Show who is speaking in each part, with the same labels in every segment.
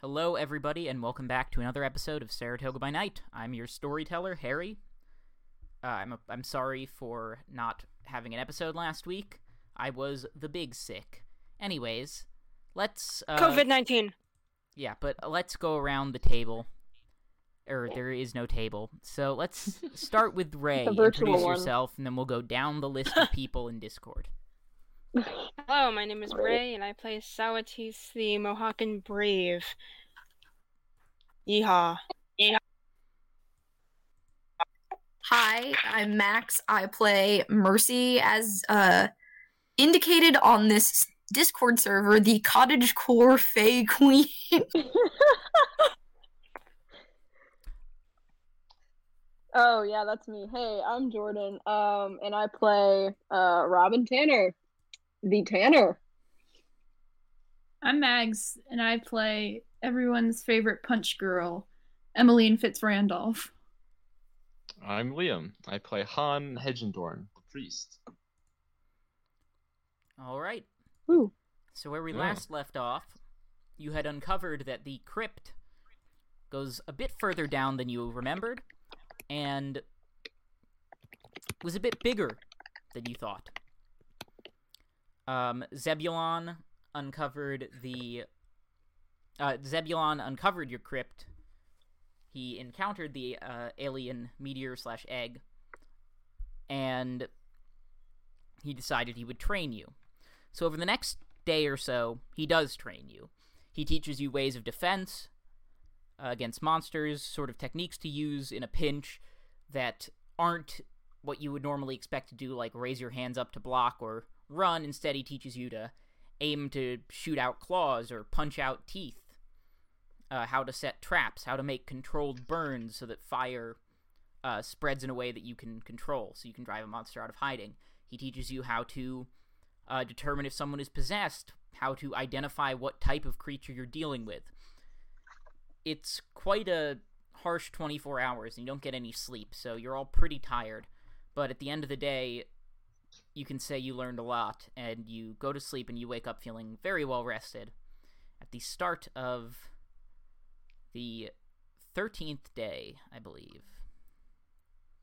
Speaker 1: Hello, everybody, and welcome back to another episode of Saratoga by Night. I'm your storyteller, Harry. Uh, I'm a, I'm sorry for not having an episode last week. I was the big sick. Anyways, let's uh,
Speaker 2: COVID 19.
Speaker 1: Yeah, but let's go around the table. Or there is no table. So let's start with Ray.
Speaker 3: The virtual
Speaker 1: Introduce
Speaker 3: one.
Speaker 1: yourself, and then we'll go down the list of people in Discord.
Speaker 2: Hello, my name is
Speaker 3: Great.
Speaker 2: Ray, and I play Sawatis the Mohawken Brave. Yeehaw.
Speaker 4: Hi, I'm Max. I play Mercy as uh, indicated on this Discord server, the cottage core Fey Queen.
Speaker 3: oh yeah, that's me. Hey, I'm Jordan. Um, and I play uh Robin Tanner, the Tanner.
Speaker 5: I'm Mags, and I play everyone's favorite punch girl, Emmeline Fitzrandolph.
Speaker 6: I'm Liam. I play Han Hedgendorn, the priest.
Speaker 1: All right.
Speaker 3: Woo.
Speaker 1: So where we
Speaker 6: Yeah.
Speaker 1: last left off, you had uncovered that the crypt goes a bit further down than you remembered, and was a bit bigger than you thought. Um, Zebulon uncovered the uh, Zebulon uncovered your crypt. He encountered the uh, alien meteor slash egg, and he decided he would train you. So over the next day or so, he does train you. He teaches you ways of defense uh, against monsters, sort of techniques to use in a pinch that aren't what you would normally expect to do, like raise your hands up to block or run. Instead, he teaches you to aim to shoot out claws or punch out teeth, uh, how to set traps, how to make controlled burns so that fire uh, spreads in a way that you can control, so you can drive a monster out of hiding. He teaches you how to uh, determine if someone is possessed, how to identify what type of creature you're dealing with. It's quite a harsh 24 hours, and you don't get any sleep, so you're all pretty tired. But at the end of the day, you can say you learned a lot, and you go to sleep and you wake up feeling very well rested. At the start of the 13th day, I believe.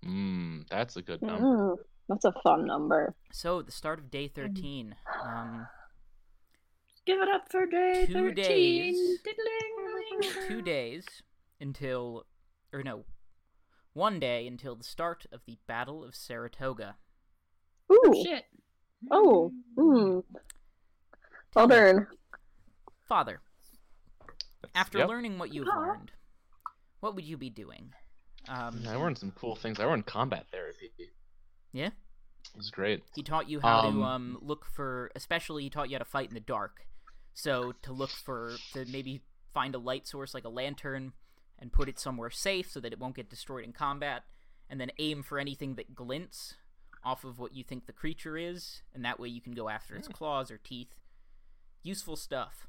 Speaker 6: Mmm, that's a good number.
Speaker 3: Mm, that's a fun number.
Speaker 1: So, at the start of day 13, um,
Speaker 5: Give it up for day
Speaker 1: Two
Speaker 5: 13.
Speaker 1: days.
Speaker 5: Diddling-a-ling.
Speaker 1: two days until, or no, one day until the start of the Battle of Saratoga.
Speaker 3: Ooh.
Speaker 5: Shit.
Speaker 3: Oh. Mm. Well done.
Speaker 1: Father, after
Speaker 6: Yep.
Speaker 1: learning what you've
Speaker 5: Huh?
Speaker 1: learned, what would you be doing? Um,
Speaker 6: I learned some cool things. I learned combat therapy.
Speaker 1: Yeah?
Speaker 6: It was great.
Speaker 1: He taught you how
Speaker 6: Um,
Speaker 1: to um, look for, especially he taught you how to fight in the dark. So to look for, to maybe find a light source like a lantern and put it somewhere safe so that it won't get destroyed in combat, and then aim for anything that glints off of what you think the creature is, and that way you can go after its
Speaker 6: Hmm.
Speaker 1: claws or teeth. Useful stuff.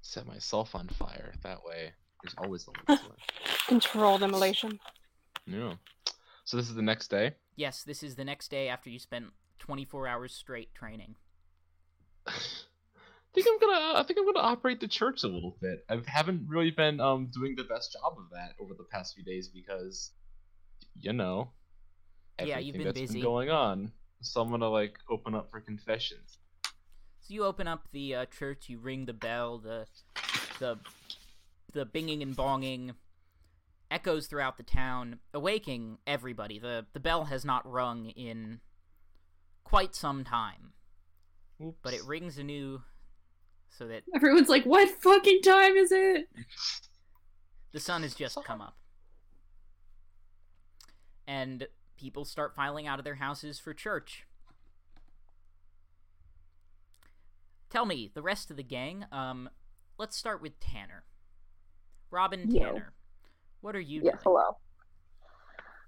Speaker 6: Set myself on fire. That way, there's always a light source.
Speaker 2: Control demolition.
Speaker 6: Yeah. So this is the next day.
Speaker 1: Yes, this is the next day after you spent 24 hours straight training.
Speaker 6: I think I'm gonna. I think I'm gonna operate the church a little bit. I haven't really been um doing the best job of that over the past few days because, you know,
Speaker 1: Yeah, you've
Speaker 6: everything
Speaker 1: been
Speaker 6: that's
Speaker 1: busy.
Speaker 6: going on. So I'm gonna like open up for confessions.
Speaker 1: So you open up the uh, church, you ring the bell, the the the binging and bonging echoes throughout the town, awaking everybody. the The bell has not rung in quite some time, but it
Speaker 6: Oops.
Speaker 1: rings anew, so that
Speaker 5: Everyone's like, what fucking time is it?
Speaker 1: the sun has just come
Speaker 3: Oh.
Speaker 1: up, and people start filing out of their houses for church. Tell me, the rest of the gang. Um, let's start with Tanner. Robin
Speaker 3: Yo.
Speaker 1: Tanner, what are you
Speaker 3: Yeah,
Speaker 1: doing?
Speaker 3: hello.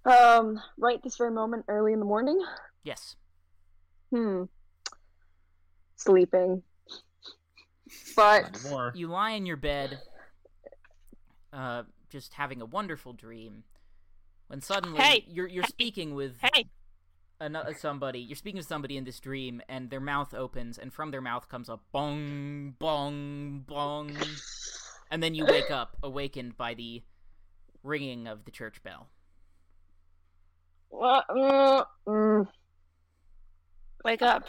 Speaker 3: Um, right this very moment, early in the morning.
Speaker 1: Yes.
Speaker 3: Hmm. Sleeping. But
Speaker 6: Not anymore.
Speaker 1: you lie in your bed, uh, just having a wonderful dream, when suddenly
Speaker 2: Hey!
Speaker 1: you're you're
Speaker 2: Hey!
Speaker 1: speaking with
Speaker 2: Hey!
Speaker 1: ano- somebody. You're speaking with somebody in this dream, and their mouth opens, and from their mouth comes a bong, bong, bong, And then you wake up, awakened by the ringing of the church bell.
Speaker 3: Well, uh, mm,
Speaker 2: Wake up.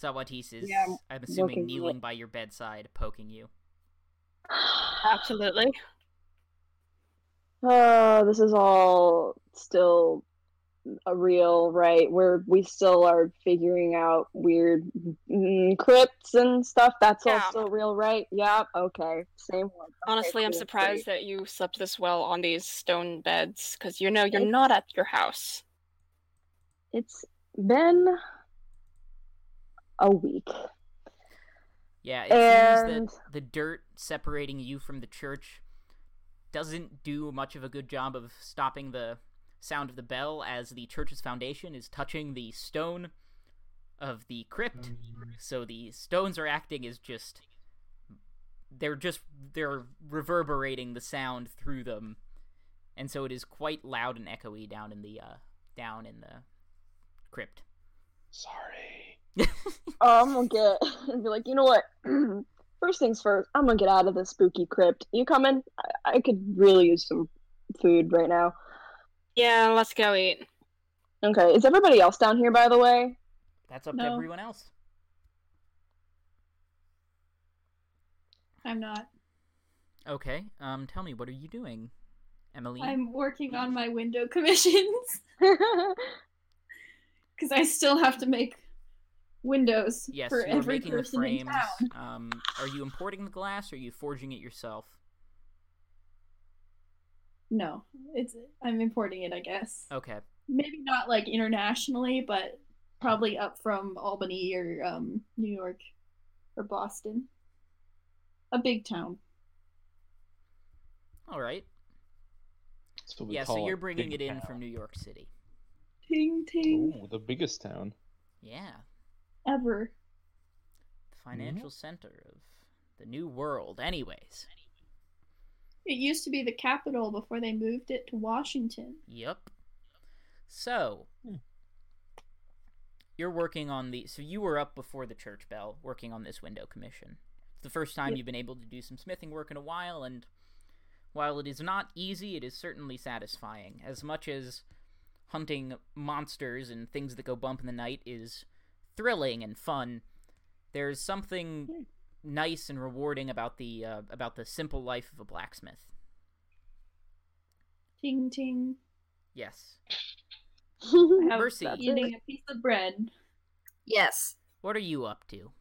Speaker 1: Sawatis is,
Speaker 3: Yeah, I'm
Speaker 1: I'm assuming,
Speaker 3: looking
Speaker 1: kneeling by your bedside, poking you.
Speaker 2: Absolutely.
Speaker 3: Oh, this is all still a real, right? Where we still are figuring out weird mm, crypts and stuff. That's all
Speaker 2: Yeah.
Speaker 3: still real, right? Yeah. Okay. Same one. Okay,
Speaker 2: Honestly, I'm
Speaker 3: cool,
Speaker 2: surprised
Speaker 3: great.
Speaker 2: that you slept this well on these stone beds, because you know you're not at your house.
Speaker 3: It's been a week.
Speaker 1: Yeah, it
Speaker 3: And-
Speaker 1: seems that the dirt separating you from the church doesn't do much of a good job of stopping the sound of the bell as the church's foundation is touching the stone of the crypt. So the stones are acting as just they're just they're reverberating the sound through them. And so it is quite loud and echoey down in the uh down in the crypt.
Speaker 6: Sorry.
Speaker 3: Oh, I'm gonna get and be like, you know what? First things first, I'm gonna get out of this spooky crypt. You coming? I, I could really use some food right now.
Speaker 2: Yeah, let's go eat.
Speaker 3: Okay, is everybody else down here, by the way?
Speaker 1: That's up to
Speaker 5: No.
Speaker 1: everyone else.
Speaker 5: I'm not.
Speaker 1: Okay. Um tell me what are you doing? Emily?
Speaker 5: I'm working on my window commissions because I still have to make windows
Speaker 1: Yes,
Speaker 5: for
Speaker 1: you are
Speaker 5: every
Speaker 1: making the
Speaker 5: person in
Speaker 1: frames.
Speaker 5: town.
Speaker 1: Um, are you importing the glass or are you forging it yourself?
Speaker 5: No, it's I'm importing it, I guess.
Speaker 1: Okay.
Speaker 5: Maybe not like internationally, but probably up from Albany or um, New York or Boston, a big town.
Speaker 1: All right.
Speaker 6: That's what we
Speaker 1: Yeah,
Speaker 6: call
Speaker 1: so
Speaker 6: a
Speaker 1: you're bringing
Speaker 6: big
Speaker 1: it in
Speaker 6: town.
Speaker 1: from New York City.
Speaker 5: Ting ting
Speaker 6: Ooh, the biggest town.
Speaker 1: Yeah.
Speaker 5: ever.
Speaker 1: The financial center of the new world. Anyways.
Speaker 5: It used to be the capital before they moved it to Washington.
Speaker 1: Yep. So
Speaker 6: Hmm.
Speaker 1: you're working on the so you were up before the church bell working on this window commission. It's the first time
Speaker 5: Yep.
Speaker 1: you've been able to do some smithing work in a while and while it is not easy, it is certainly satisfying. As much as hunting monsters and things that go bump in the night is thrilling and fun, there's
Speaker 5: Hmm.
Speaker 1: something nice and rewarding about the uh, about the simple life of a blacksmith.
Speaker 5: Ting ting,
Speaker 1: Yes.
Speaker 5: I have
Speaker 1: Mercy.
Speaker 3: That's
Speaker 5: eating
Speaker 3: it.
Speaker 5: a piece of bread.
Speaker 4: Yes.
Speaker 1: What are you up to?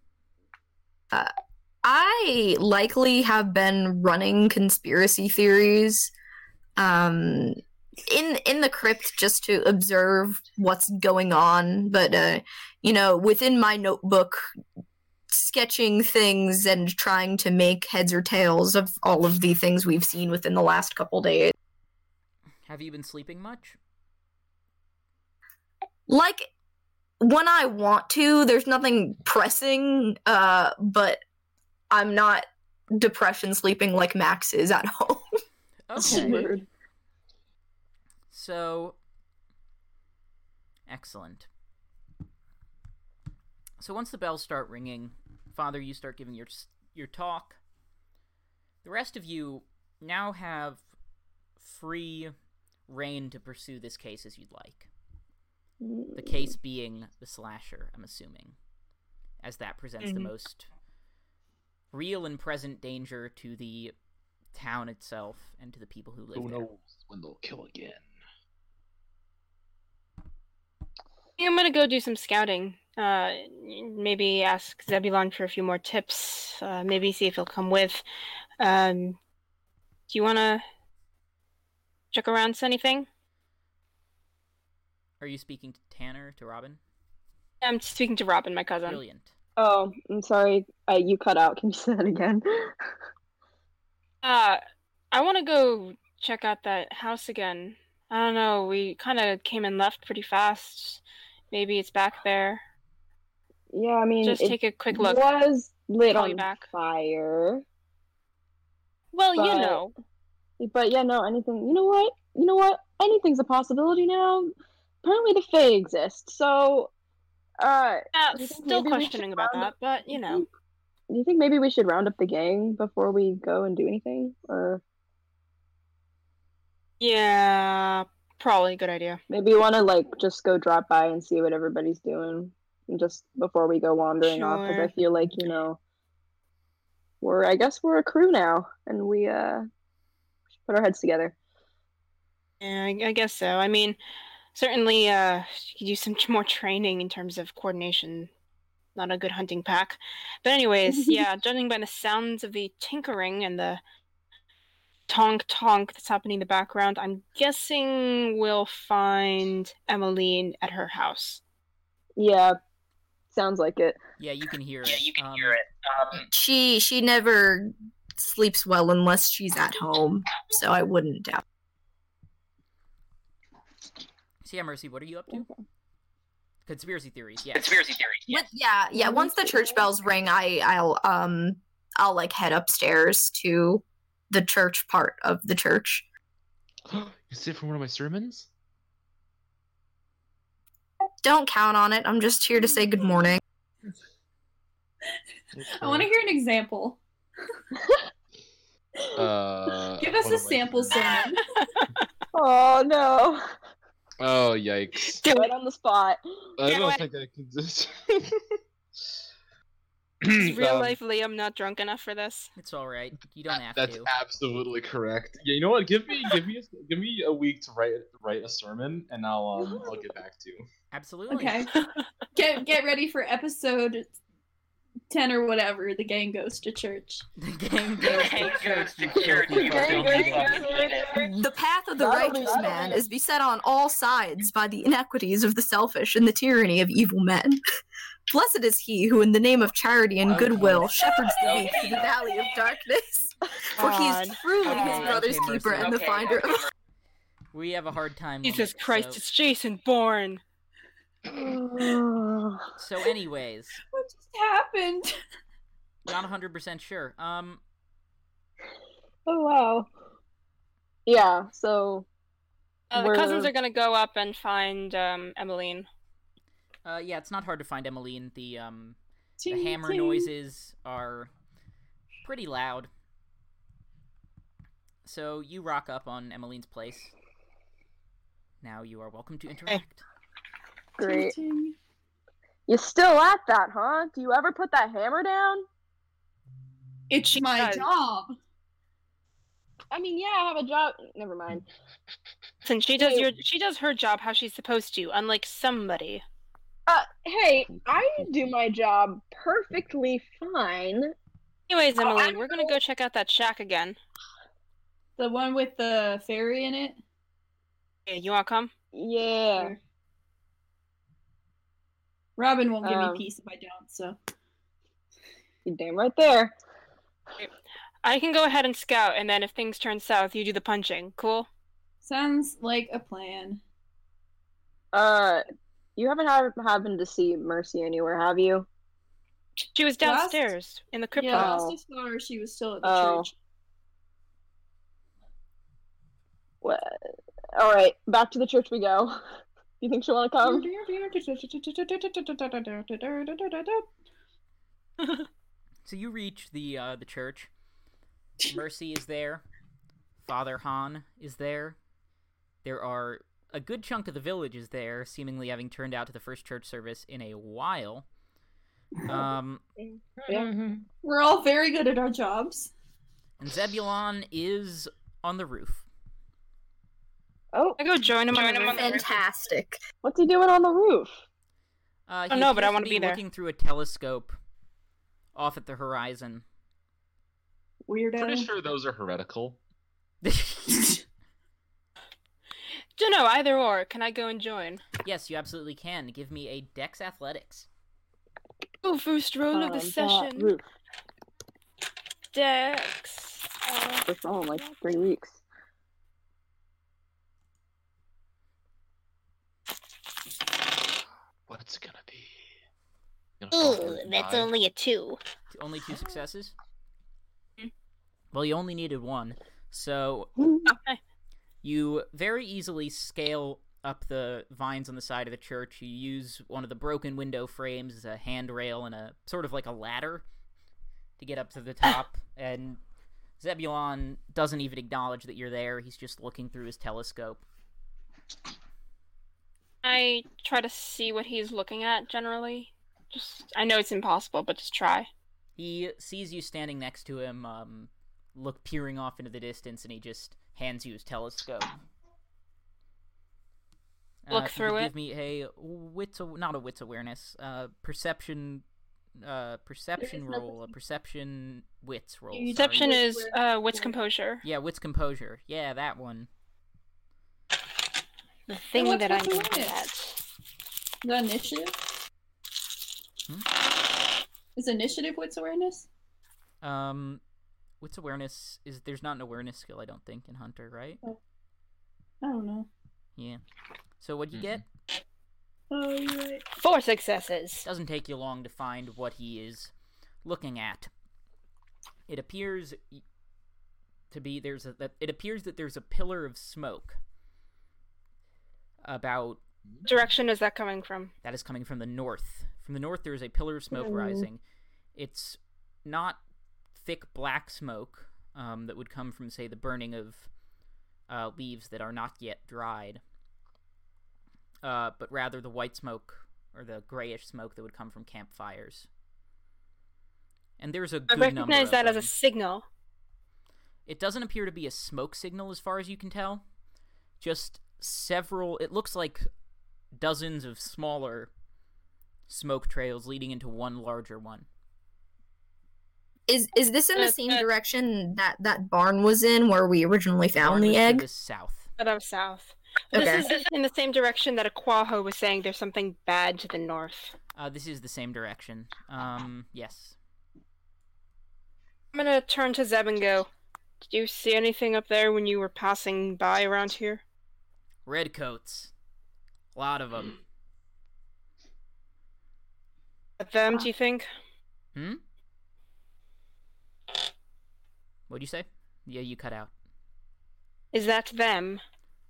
Speaker 4: I likely have been running conspiracy theories um in in the crypt just to observe what's going on, but uh you know, within my notebook sketching things and trying to make heads or tails of all of the things we've seen within the last couple days.
Speaker 1: Have you been sleeping much?
Speaker 4: like when I want to, there's nothing pressing, uh, but I'm not depression sleeping like Max is at home.
Speaker 1: Okay.
Speaker 3: Word.
Speaker 1: so excellent. So once the bells start ringing, Father, you start giving your s- your talk. The rest of you now have free reign to pursue this case as you'd like. The case being the slasher, I'm assuming, as that presents
Speaker 4: Mhm.
Speaker 1: the most real and present danger to the town itself and to the people who live
Speaker 6: Who
Speaker 1: there.
Speaker 6: knows when they'll kill again?
Speaker 2: I'm gonna go do some scouting. Uh, maybe ask Zebulon for a few more tips. Uh, maybe see if he'll come with. Um, do you wanna check around to anything?
Speaker 1: Are you speaking to Tanner, to Robin?
Speaker 2: I'm speaking to Robin, my cousin.
Speaker 1: Brilliant.
Speaker 3: Oh, I'm sorry. Uh, you cut out. Can you say that again?
Speaker 2: Uh, I want to go check out that house again. I don't know. We kind of came and left pretty fast. Maybe it's back there.
Speaker 3: Yeah, I mean,
Speaker 2: Just
Speaker 3: it
Speaker 2: take a quick look.
Speaker 3: was lit
Speaker 2: Call you
Speaker 3: on
Speaker 2: back.
Speaker 3: fire.
Speaker 2: well,
Speaker 3: but-
Speaker 2: you know.
Speaker 3: But yeah, no, anything. You know what? You know what? Anything's a possibility now. Apparently, the Fae exist. So, uh,
Speaker 2: Yeah,
Speaker 3: do you think
Speaker 2: still
Speaker 3: maybe we should
Speaker 2: questioning about
Speaker 3: find
Speaker 2: that, but you know.
Speaker 3: do you think maybe we should round up the gang before we go and do anything, or
Speaker 2: Yeah, probably a good idea.
Speaker 3: maybe you want to like just go drop by and see what everybody's doing, and just before we go wandering off? Because
Speaker 2: Sure.
Speaker 3: I feel like you know, we're I guess we're a crew now, and we uh should put our heads together.
Speaker 2: Yeah, I, I guess so. I mean, certainly uh, you could use some t- more training in terms of coordination. Not a good hunting pack. But, anyways, yeah, judging by the sounds of the tinkering and the tonk tonk that's happening in the background, I'm guessing we'll find Emmeline at her house.
Speaker 3: Yeah, sounds like it.
Speaker 1: Yeah, you can hear it.
Speaker 7: Yeah, you can
Speaker 1: Um,
Speaker 7: hear it. Um,
Speaker 4: She she never sleeps well unless she's at home, so I wouldn't doubt.
Speaker 1: So yeah, Mercy, what are you up to? Conspiracy theories. Yeah.
Speaker 7: conspiracy theory. Yeah.
Speaker 4: But yeah, yeah. Once the church bells ring, I I'll um I'll like head upstairs to the church part of the church.
Speaker 6: you sit from one of my sermons?
Speaker 4: Don't count on it. I'm just here to say good morning.
Speaker 5: I want to hear an example.
Speaker 6: Uh,
Speaker 5: Give us
Speaker 6: one
Speaker 5: a
Speaker 6: of my
Speaker 5: sample
Speaker 6: sermons.
Speaker 1: Ah,
Speaker 5: sermon.
Speaker 3: Oh no,
Speaker 6: Oh yikes!
Speaker 2: Do
Speaker 3: right on the spot.
Speaker 6: I
Speaker 2: Do
Speaker 6: don't
Speaker 2: it.
Speaker 6: think I can just.
Speaker 2: Is real
Speaker 6: Um,
Speaker 2: life Liam not drunk enough for this?
Speaker 1: It's all right. You don't have
Speaker 6: That's
Speaker 1: to.
Speaker 6: absolutely correct. Yeah, you know what? Give me, give me, a, give me a week to write write a sermon, and I'll um, I'll get back to you.
Speaker 1: Absolutely.
Speaker 5: Okay. get get ready for episode ten or whatever. The gang goes to church.
Speaker 1: The gang goes to church. you
Speaker 7: Church,
Speaker 1: filthy
Speaker 7: you
Speaker 1: fucking
Speaker 7: filthy
Speaker 1: people.
Speaker 4: The path of the
Speaker 3: That'll be-
Speaker 4: righteous
Speaker 3: that'll
Speaker 4: man
Speaker 3: be-
Speaker 4: is beset on all sides by the inequities of the selfish and the tyranny of evil men. Blessed is he who, in the name of charity and
Speaker 1: Okay.
Speaker 4: goodwill, shepherds the
Speaker 7: Okay.
Speaker 4: weak through the valley of darkness. For he is
Speaker 2: God.
Speaker 4: truly
Speaker 1: Okay,
Speaker 4: his brother's
Speaker 1: okay,
Speaker 4: keeper
Speaker 1: Mercy.
Speaker 4: and the
Speaker 7: Okay,
Speaker 4: finder of
Speaker 1: We have a hard time.
Speaker 2: Jesus
Speaker 1: with it,
Speaker 2: Christ,
Speaker 1: Mm, so-
Speaker 2: it's Jason Bourne!
Speaker 1: So, anyways,
Speaker 5: What just happened?
Speaker 1: not 100% sure. Um,
Speaker 3: Oh wow. Yeah, so
Speaker 2: Uh, the cousins
Speaker 3: We're-
Speaker 2: are gonna go up and find um, Emmeline.
Speaker 1: uh, yeah, it's not hard to find Emmeline. The um, the hammer noises are pretty loud. So you rock up on Emmeline's place. Now you are welcome to interact.
Speaker 3: great. You still at that, huh? Do you ever put that hammer down?
Speaker 5: It's my
Speaker 2: does.
Speaker 5: job.
Speaker 3: I mean, yeah, I have a job. Never mind.
Speaker 2: Since she does
Speaker 3: Wait.
Speaker 2: your, she does her job how she's supposed to, unlike somebody.
Speaker 3: Uh, hey, I do my job perfectly fine.
Speaker 2: Anyways,
Speaker 3: Oh, I
Speaker 2: Emily,
Speaker 3: don't
Speaker 2: we're gonna go check out that shack again.
Speaker 5: The one with the fairy in it.
Speaker 2: Yeah, you wanna come?
Speaker 3: Yeah.
Speaker 2: Mm-hmm.
Speaker 5: Sure. Robin won't give
Speaker 3: Um,
Speaker 5: me peace if I don't. So
Speaker 3: You damn right there.
Speaker 2: I can go ahead and scout, and then if things turn south, you do the punching. Cool.
Speaker 5: sounds like a plan.
Speaker 3: Uh, you haven't ha- happened to see Mercy anywhere, have you?
Speaker 2: She was
Speaker 5: Last-
Speaker 2: downstairs in the crypt.
Speaker 5: Yeah,
Speaker 2: lab.
Speaker 5: last
Speaker 3: Oh.
Speaker 5: I saw her, she was still at the
Speaker 3: Oh.
Speaker 5: church.
Speaker 3: What? All right, back to the church we go. You think she'll want to come?
Speaker 2: Mm-hmm.
Speaker 1: So you reach the uh, the church. Mercy is there. Father Han is there. There are a good chunk of the village is there, seemingly having turned out to the first church service in a while. Um,
Speaker 2: Mm-hmm.
Speaker 5: We're all very good at our jobs.
Speaker 1: and Zebulon is on the roof.
Speaker 3: Oh,
Speaker 2: I go join him.
Speaker 7: Join
Speaker 2: on
Speaker 7: him
Speaker 2: the
Speaker 7: on
Speaker 2: roof.
Speaker 7: the roof.
Speaker 4: fantastic.
Speaker 3: what's he doing on the roof?
Speaker 1: Uh,
Speaker 2: Oh,
Speaker 1: he
Speaker 2: no, but I
Speaker 1: appears
Speaker 2: wanna
Speaker 1: be
Speaker 2: be there.
Speaker 1: Looking through a telescope off at the horizon.
Speaker 6: Pretty
Speaker 5: Weirdo.
Speaker 6: sure those are heretical.
Speaker 2: Don't know either or. Can I go and join?
Speaker 1: yes, you absolutely can. Give me a Dex Athletics.
Speaker 2: Oh, first roll of
Speaker 3: On
Speaker 2: the
Speaker 3: that
Speaker 2: session.
Speaker 3: roof
Speaker 2: Dex. Uh,
Speaker 3: for oh, like three weeks.
Speaker 6: What's it gonna be? Gonna fall through the eye?
Speaker 2: a two.
Speaker 1: Only two successes.
Speaker 2: Hmm.
Speaker 1: Well, you only needed one, so
Speaker 2: Okay.
Speaker 1: You very easily scale up the vines on the side of the church. You use one of the broken window frames as a handrail and a sort of like a ladder to get up to the top, and Zebulon doesn't even acknowledge that you're there. He's just looking through his telescope.
Speaker 2: I try to see what he's looking at generally. Just I know it's impossible, but just try.
Speaker 1: He sees you standing next to him, um, look peering off into the distance, and he just hands you his telescope. Uh,
Speaker 2: Look
Speaker 1: if you
Speaker 2: through
Speaker 1: could
Speaker 2: it.
Speaker 1: Give me a wits, aw- not a wits awareness, uh, perception, uh, perception
Speaker 5: no
Speaker 1: roll, a
Speaker 5: perception.
Speaker 1: perception wits roll.
Speaker 5: You-
Speaker 1: sorry.
Speaker 2: Perception
Speaker 5: Wits
Speaker 2: is
Speaker 5: were-
Speaker 2: uh, wits composure.
Speaker 1: Yeah, wits composure. Yeah, that one.
Speaker 2: The thing
Speaker 5: what's
Speaker 2: that I'm
Speaker 5: with the
Speaker 2: good
Speaker 5: wits?
Speaker 2: at.
Speaker 5: The initiative?
Speaker 1: Hmm?
Speaker 5: Is initiative wits awareness?
Speaker 1: Um, wits awareness is there's not an awareness skill I don't think in Hunter, right?
Speaker 5: I don't know.
Speaker 1: Yeah. So what you
Speaker 6: Mm-mm.
Speaker 1: get
Speaker 5: Oh, you're right.
Speaker 2: Four successes.
Speaker 1: doesn't take you long to find what he is looking at. It appears y- to be there's a that it appears that there's a pillar of smoke about
Speaker 6: Hmm?
Speaker 2: Direction is that coming from?
Speaker 1: that is coming from the north. From the north, there is a pillar of
Speaker 2: Hmm.
Speaker 1: smoke
Speaker 3: Mm.
Speaker 1: rising. It's not thick black smoke um, that would come from, say, the burning of uh, leaves that are not yet dried, uh, but rather the white smoke or the grayish smoke that would come from campfires. And there's a
Speaker 2: I
Speaker 1: good number
Speaker 2: recognize
Speaker 1: of
Speaker 2: that as a
Speaker 1: them.
Speaker 2: signal.
Speaker 1: It doesn't appear to be a smoke signal as far as you can tell. Just several, it looks like dozens of smaller smoke trails leading into one larger one.
Speaker 4: Is is this in the
Speaker 2: Uh,
Speaker 4: same
Speaker 2: uh,
Speaker 4: direction that that barn was in where we originally found
Speaker 1: Barn is
Speaker 4: the
Speaker 1: to
Speaker 4: egg?
Speaker 1: the south.
Speaker 2: But I'm south.
Speaker 4: Okay.
Speaker 2: This is in the same direction that Aquaho was saying there's something bad to the north.
Speaker 1: Uh, this is the same direction. Um, yes.
Speaker 2: I'm gonna turn to Zeb and go. Did you see anything up there when you were passing by around here?
Speaker 1: Redcoats. A lot of them.
Speaker 2: At them,
Speaker 5: Uh.
Speaker 2: do you think?
Speaker 1: Hmm? What'd you say? Yeah, you cut out.
Speaker 2: Is that them?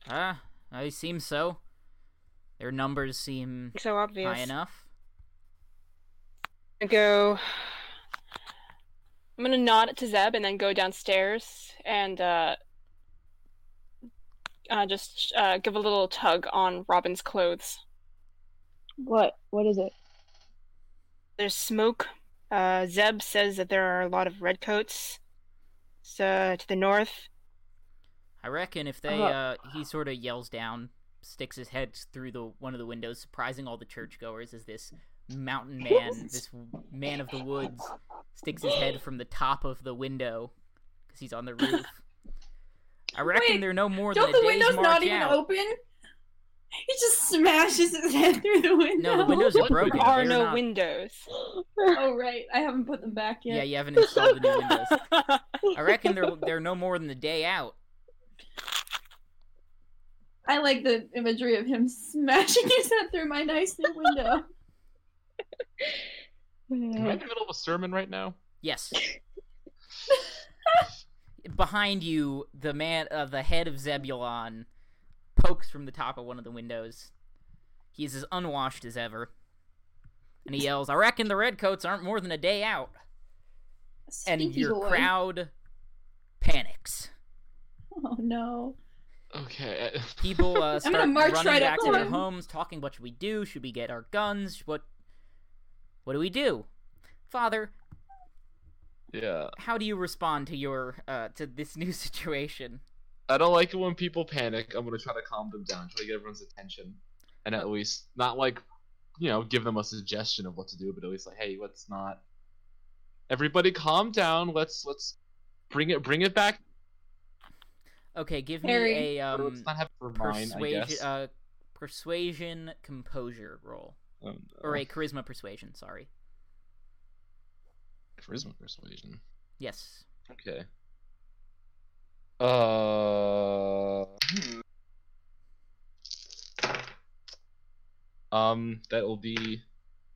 Speaker 1: Ah, I seem so. Their numbers seem
Speaker 2: So obvious.
Speaker 1: high enough.
Speaker 2: I go. I'm gonna nod it to Zeb and then go downstairs and uh, uh, just uh, give a little tug on Robin's clothes.
Speaker 3: What? What is it?
Speaker 2: There's smoke. Uh, Zeb says that there are a lot of redcoats so, to the north.
Speaker 1: I reckon if they, uh,
Speaker 5: Uh-huh.
Speaker 3: Uh,
Speaker 1: he sort of yells down, sticks his head through the one of the windows, surprising all the churchgoers as this mountain man, this man of the woods, sticks his head from the top of the window because he's on the roof. I reckon
Speaker 5: Wait,
Speaker 1: they're no more than
Speaker 5: Don't
Speaker 1: a
Speaker 5: the
Speaker 1: day's
Speaker 5: windows
Speaker 1: march
Speaker 5: not even
Speaker 1: out.
Speaker 5: open? He just smashes his head through the window.
Speaker 1: No, the windows are
Speaker 6: What?
Speaker 1: broken.
Speaker 2: There are
Speaker 1: They're
Speaker 2: no
Speaker 1: not-
Speaker 2: windows.
Speaker 5: Oh, right. I haven't put them back yet.
Speaker 1: Yeah, you haven't installed the new windows. I reckon they're they're no more than a day out.
Speaker 5: I like the imagery of him smashing his head through my nice new window.
Speaker 6: Am I in the middle of a sermon right now?
Speaker 1: Yes. Behind you, the man, uh, the head of Zebulon, pokes from the top of one of the windows. He's as unwashed as ever, and he yells, "I reckon the redcoats aren't more than a day out." And
Speaker 5: Stinky
Speaker 1: your
Speaker 5: boy.
Speaker 1: crowd panics.
Speaker 5: Oh no.
Speaker 6: Okay. I-
Speaker 1: People uh,
Speaker 5: I'm
Speaker 1: start
Speaker 5: gonna march
Speaker 1: running
Speaker 5: right up
Speaker 1: back
Speaker 5: to
Speaker 1: to their
Speaker 5: him.
Speaker 1: homes, talking. What should we do? Should we get our guns? What? What do we do? Father,
Speaker 6: yeah.
Speaker 1: how do you respond to your uh, to this new situation?
Speaker 6: I don't like it when people panic. I'm gonna try to calm them down, try to get everyone's attention, and at least not like, you know, give them a suggestion of what to do, but at least like, hey, let's not. Everybody, calm down. Let's let's bring it bring it back.
Speaker 1: Okay, give me
Speaker 5: Harry.
Speaker 1: a
Speaker 6: but
Speaker 1: um,
Speaker 6: let's not have it for mine. I
Speaker 1: persuasion
Speaker 6: guess.
Speaker 1: uh, persuasion composure roll
Speaker 6: Oh, no.
Speaker 1: or a charisma persuasion. Sorry.
Speaker 6: charisma persuasion.
Speaker 1: Yes.
Speaker 6: Okay. Uh. hmm. Um, that will be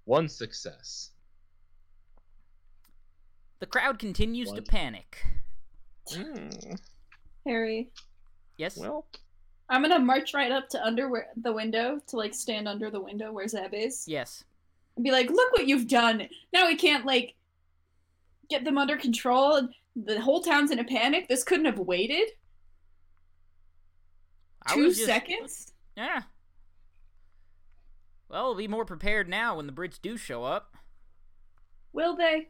Speaker 6: one success.
Speaker 1: The crowd continues to
Speaker 6: One.
Speaker 1: panic.
Speaker 5: Harry.
Speaker 1: Yes.
Speaker 6: Hmm. Well,
Speaker 5: I'm gonna march right up to under where, the window to like stand under the window where Zeb is
Speaker 1: yes.
Speaker 5: and be like, "Look what you've done! Now we can't like get them under control. and The whole town's in a panic. This couldn't have waited
Speaker 1: I
Speaker 5: two
Speaker 1: was just-
Speaker 5: seconds.
Speaker 1: Yeah. Well, we'll be more prepared now when the Brits do show up.
Speaker 5: Will they?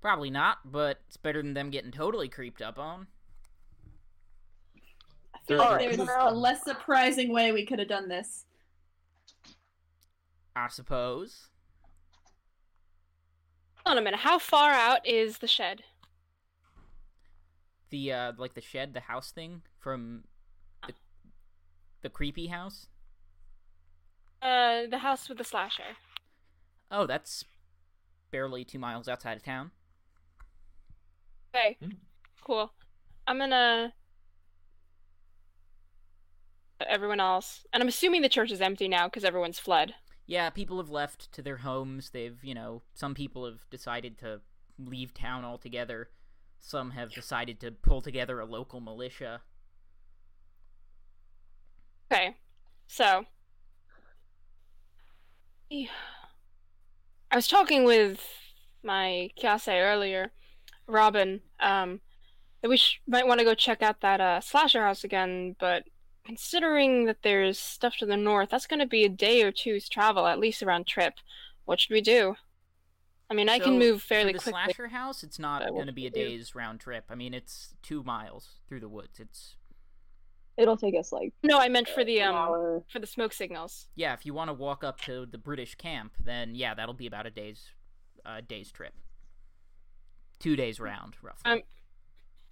Speaker 1: Probably not, but it's better than them getting totally creeped up on.
Speaker 5: I feel
Speaker 6: They're-
Speaker 5: like
Speaker 3: Alright,
Speaker 5: there's
Speaker 3: well-
Speaker 5: a less surprising way we could have done this.
Speaker 1: I suppose.
Speaker 2: Hold on a minute. How far out is the shed?
Speaker 1: The uh like the shed, the house thing from the, the creepy house.
Speaker 2: Uh, the house with the slasher.
Speaker 1: Oh, that's barely 2 miles outside of town.
Speaker 2: Okay.
Speaker 6: Hmm.
Speaker 2: Cool. I'm gonna. Everyone else, and I'm assuming the church is empty now because everyone's fled.
Speaker 1: Yeah, people have left to their homes. They've, you know, some people have decided to leave town altogether. Some have decided to pull together a local militia.
Speaker 2: Okay, so I was talking with my Kiase earlier, Robin, um, that we sh- might want to go check out that uh, slasher house again, but considering that there's stuff to the north, that's going to be a day or two's travel, at least around trip. What should we do? I mean, I
Speaker 1: So,
Speaker 2: can move
Speaker 1: For
Speaker 2: fairly
Speaker 1: the
Speaker 2: quickly.
Speaker 1: slasher house, it's not
Speaker 2: I will
Speaker 1: going to be a
Speaker 2: do.
Speaker 1: day's round trip. I mean, it's two miles through the woods. It's
Speaker 3: It'll take us like
Speaker 2: No, I meant for the
Speaker 3: an
Speaker 2: um
Speaker 3: hour.
Speaker 2: for the smoke signals.
Speaker 1: yeah, if you want to walk up to the British camp, then yeah, that'll be about a day's uh, day's trip. Two days round, roughly.
Speaker 2: Um,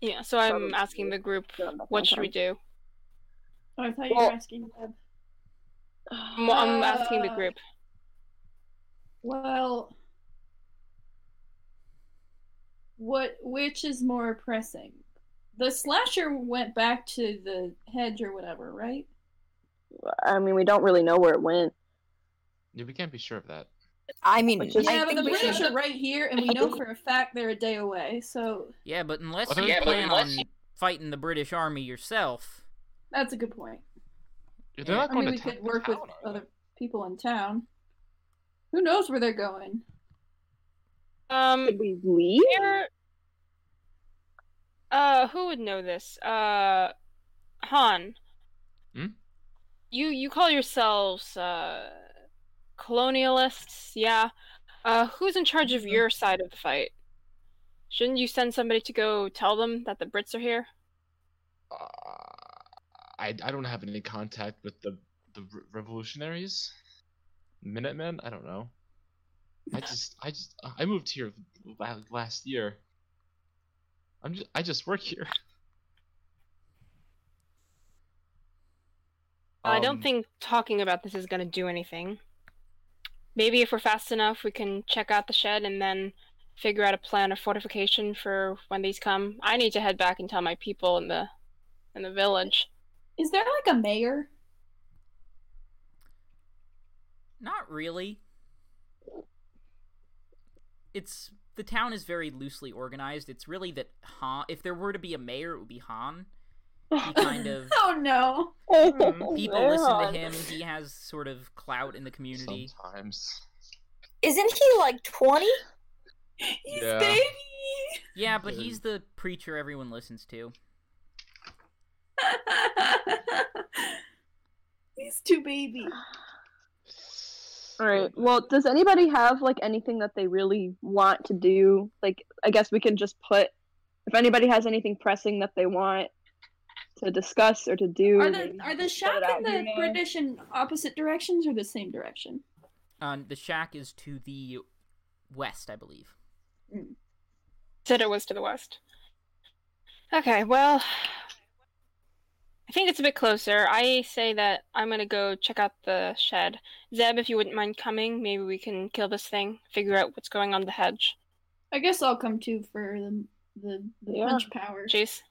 Speaker 2: Yeah, so I'm
Speaker 3: Probably.
Speaker 2: asking the group,
Speaker 3: Not enough
Speaker 2: what should we
Speaker 3: time.
Speaker 2: do?
Speaker 5: Oh, I thought you
Speaker 3: Well-
Speaker 5: were asking them.
Speaker 2: I'm, I'm asking the
Speaker 5: Uh,
Speaker 2: group.
Speaker 5: Well, what which is more pressing? The slasher went back to the hedge or whatever, right?
Speaker 2: uh,
Speaker 3: I mean, we don't really know where it went.
Speaker 6: Yeah, we can't be sure of that.
Speaker 4: I mean,
Speaker 3: Which is-
Speaker 4: I
Speaker 5: yeah, but
Speaker 4: think
Speaker 5: the
Speaker 4: we
Speaker 5: British
Speaker 4: should-
Speaker 5: are right here, and we know for a fact they're a day away. So
Speaker 1: yeah, but unless
Speaker 6: Okay.
Speaker 1: you
Speaker 6: Yeah, but
Speaker 1: plan
Speaker 6: unless
Speaker 1: on fighting the British army yourself,
Speaker 5: that's a good point.
Speaker 6: Yeah, They're
Speaker 1: Yeah.
Speaker 6: not
Speaker 5: I
Speaker 6: going
Speaker 5: mean, we
Speaker 6: to ta-
Speaker 5: could work with
Speaker 6: town, are they?
Speaker 5: other people in town. Who knows where they're going?
Speaker 2: Um,
Speaker 3: Should we leave?
Speaker 2: Where- Uh, who would know this? Uh, Han.
Speaker 6: Hmm?
Speaker 2: You you call yourselves uh colonialists? Yeah. Uh, who's in charge of your side of the fight? Shouldn't you send somebody to go tell them that the Brits are here?
Speaker 6: Uh, I I don't have any contact with the the re- revolutionaries, Minutemen. I don't know. I just I just uh, I moved here la- last year. I'm just I just work here.
Speaker 2: I don't
Speaker 6: Um,
Speaker 2: think talking about this is going to do anything. Maybe if we're fast enough, we can check out the shed and then figure out a plan of fortification for when these come. I need to head back and tell my people in the in the village.
Speaker 5: Is there like a mayor?
Speaker 1: Not really. It's the town is very loosely organized. It's really that Han. If there were to be a mayor, it would be Han. He kind of
Speaker 5: Oh no! Oh,
Speaker 1: people listen to him. He has sort of clout in the community.
Speaker 6: sometimes.
Speaker 4: Isn't he like 20?
Speaker 5: He's
Speaker 6: Yeah.
Speaker 5: baby.
Speaker 1: Yeah, but
Speaker 6: Yeah.
Speaker 1: he's the preacher everyone listens to.
Speaker 5: He's too baby.
Speaker 3: All right. Well, does anybody have like anything that they really want to do? Like, I guess we can just put if anybody has anything pressing that they want to discuss or to do.
Speaker 5: Are
Speaker 3: maybe
Speaker 5: the are the
Speaker 3: just put
Speaker 5: shack
Speaker 3: it out
Speaker 5: and the
Speaker 3: here.
Speaker 5: British in opposite directions or the same direction?
Speaker 1: Um, the shack is to the west, I believe.
Speaker 2: Said it was to the west. Okay, well, I think it's a bit closer. I say that I'm going to go check out the shed. Zeb, if you wouldn't mind coming, maybe we can kill this thing, figure out what's going on in the hedge.
Speaker 5: I guess I'll come too for the the, the
Speaker 3: Yeah.
Speaker 5: punch power.
Speaker 2: Jeez.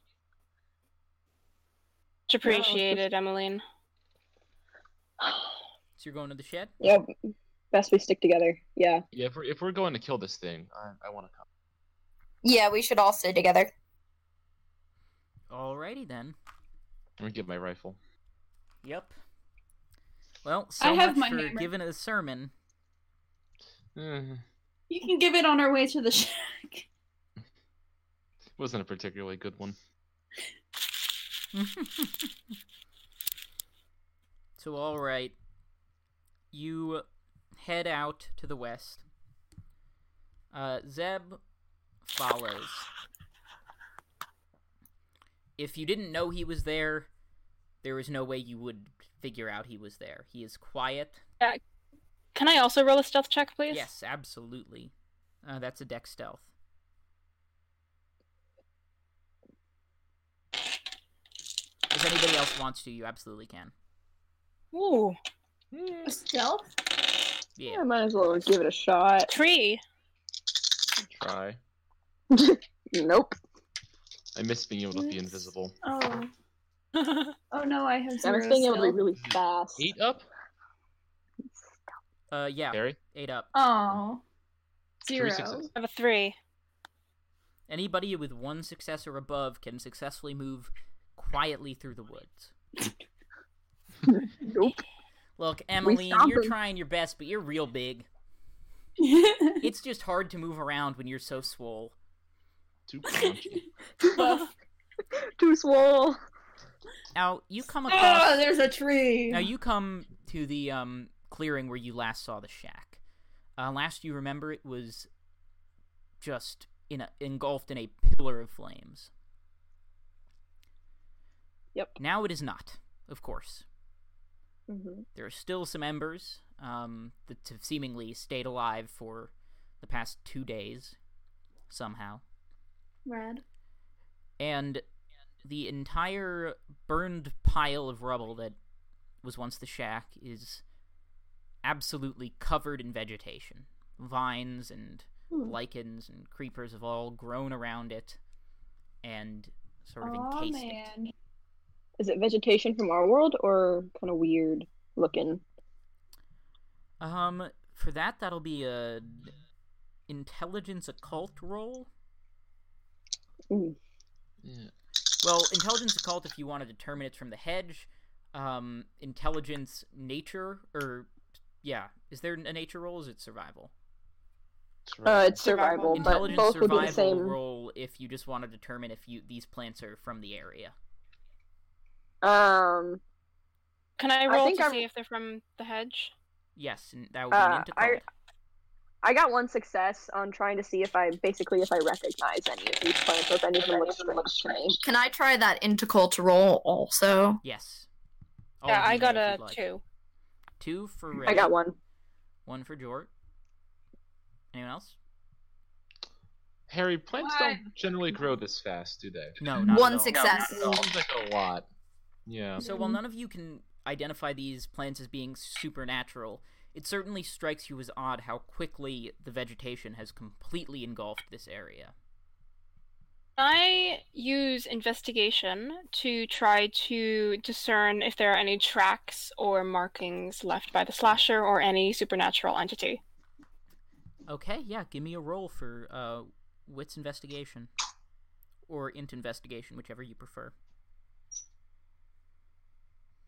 Speaker 2: It's appreciated, Emmeline.
Speaker 1: So you're going to the shed?
Speaker 3: Yep. Best we stick together. Yeah.
Speaker 6: Yeah, if we're, if we're going to kill this thing, I, I want to come.
Speaker 4: Yeah, we should all stay together.
Speaker 1: Alrighty then.
Speaker 6: I'm gonna get my rifle.
Speaker 1: Yep. Well, so
Speaker 5: have
Speaker 1: much
Speaker 5: my
Speaker 1: for
Speaker 5: hammer.
Speaker 1: giving a sermon.
Speaker 6: Eh,
Speaker 5: You can give it on our way to the shack.
Speaker 6: Wasn't a particularly good one.
Speaker 1: so, all right. You head out to the west. Uh, Zeb follows. If you didn't know he was there, there is no way you would figure out he was there. He is quiet.
Speaker 2: Can I also roll a stealth check, please?
Speaker 1: Yes, absolutely. Uh, that's a deck stealth. If anybody else wants to, you absolutely can.
Speaker 2: Ooh,
Speaker 5: Stealth?
Speaker 1: Yeah.
Speaker 3: I might as well give it a shot.
Speaker 2: three.
Speaker 6: Try.
Speaker 3: Nope.
Speaker 6: I miss being able to be
Speaker 5: Yes.
Speaker 6: invisible.
Speaker 5: Oh. Oh no, I have
Speaker 3: I
Speaker 5: zero
Speaker 3: was being able to be
Speaker 5: stealth.
Speaker 3: really fast.
Speaker 6: Eight up,
Speaker 1: Uh, yeah.
Speaker 6: Harry.
Speaker 1: Eight up.
Speaker 5: Oh.
Speaker 6: Three
Speaker 5: Zero.
Speaker 6: successes.
Speaker 2: I have a three.
Speaker 1: Anybody with one success or above can successfully move quietly through the woods.
Speaker 3: Nope.
Speaker 1: Look, Emily, you're
Speaker 3: stomping.
Speaker 1: trying your best, but you're real big. It's just hard to move around when you're so swole.
Speaker 6: Too crunchy.
Speaker 3: Too swole.
Speaker 1: Now you come across.
Speaker 5: oh, there's a tree.
Speaker 1: Now you come to the um, clearing where you last saw the shack. Uh, last you remember, it was just in a, engulfed in a pillar of flames.
Speaker 3: Yep.
Speaker 1: Now it is not, of course.
Speaker 3: hmm
Speaker 1: There are still some embers um, that have seemingly stayed alive for the past two days, somehow.
Speaker 5: Red.
Speaker 1: and the entire burned pile of rubble that was once the shack is absolutely covered in vegetation vines and
Speaker 5: Hmm.
Speaker 1: lichens and creepers have all grown around it and sort of
Speaker 5: Aw,
Speaker 1: encased it
Speaker 5: man.
Speaker 3: Is it vegetation from our world or kind of weird looking?
Speaker 1: um for that that'll be a intelligence occult roll
Speaker 3: Ooh.
Speaker 6: yeah.
Speaker 1: Well, intelligence occult, if you want to determine it's from the hedge, um, intelligence nature, or yeah, is there a nature roll? Or is it survival?
Speaker 3: Uh, it's survival, but
Speaker 1: intelligence
Speaker 3: both would be
Speaker 1: survival
Speaker 3: the same.
Speaker 1: roll if you just want to determine if you these plants are from the area.
Speaker 3: Um,
Speaker 2: Can I
Speaker 3: I
Speaker 2: roll
Speaker 3: think
Speaker 2: to
Speaker 3: I'm-
Speaker 2: see if they're from the hedge?
Speaker 1: Yes, and that would be an
Speaker 3: Uh,
Speaker 1: int
Speaker 3: I-
Speaker 1: occult.
Speaker 3: I got one success on trying to see if I basically if I recognize any of these plants or if any of them look strange to me.
Speaker 4: Can I try that intercultural also?
Speaker 1: Yes. All
Speaker 2: Yeah,
Speaker 1: of
Speaker 2: I
Speaker 1: you
Speaker 2: got
Speaker 1: may, if
Speaker 2: a
Speaker 1: you'd like.
Speaker 2: two.
Speaker 1: Two for Ray.
Speaker 3: I got one.
Speaker 1: One for Jort. Anyone else?
Speaker 6: Harry, plants
Speaker 5: Why?
Speaker 6: don't generally grow this fast, do they?
Speaker 1: No, not
Speaker 4: One
Speaker 1: at all.
Speaker 4: success.
Speaker 6: Sounds like a lot. Yeah.
Speaker 1: So while none of you can identify these plants as being supernatural, it certainly strikes you as odd how quickly the vegetation has completely engulfed this area.
Speaker 2: I use investigation to try to discern if there are any tracks or markings left by the slasher or any supernatural entity.
Speaker 1: Okay, yeah, give me a roll for uh, wits investigation or int investigation, whichever you prefer.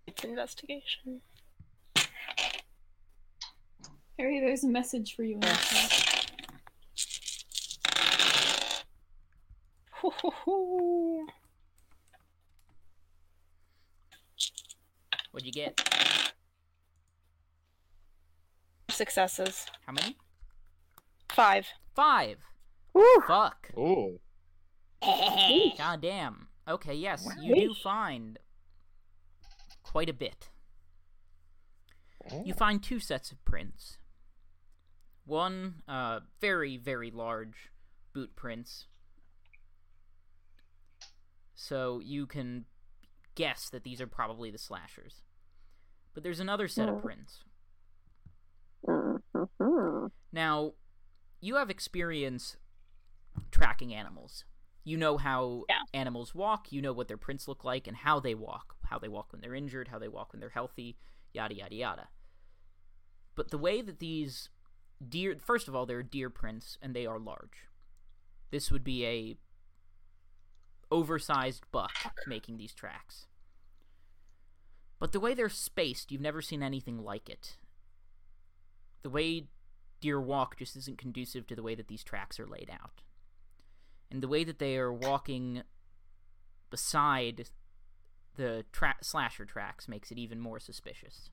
Speaker 2: It's investigation.
Speaker 5: Harry, there's a message for you in the chat.
Speaker 2: Hoo-hoo-hoo.
Speaker 1: What'd you get?
Speaker 2: Successes.
Speaker 1: How many?
Speaker 2: Five.
Speaker 1: Five.
Speaker 3: Woo!
Speaker 1: Fuck.
Speaker 6: Oh.
Speaker 1: God damn. Okay, yes, you
Speaker 3: Wow.
Speaker 1: do find quite a bit. You find two sets of prints. One, uh, very, very large boot prints. So you can guess that these are probably the slashers. But there's another set of
Speaker 3: Mm.
Speaker 1: prints.
Speaker 3: Mhm.
Speaker 1: Now, you have experience tracking animals. You know how
Speaker 2: Yeah.
Speaker 1: animals walk, you know what their prints look like and how they walk, how they walk when they're injured, how they walk when they're healthy, yada yada yada. But the way that these deer first of all, they're deer prints and they are large. This would be a oversized buck making these tracks. But the way they're spaced, you've never seen anything like it. The way deer walk just isn't conducive to the way that these tracks are laid out. and the way that they are walking beside the tra- slasher tracks makes it even more suspicious.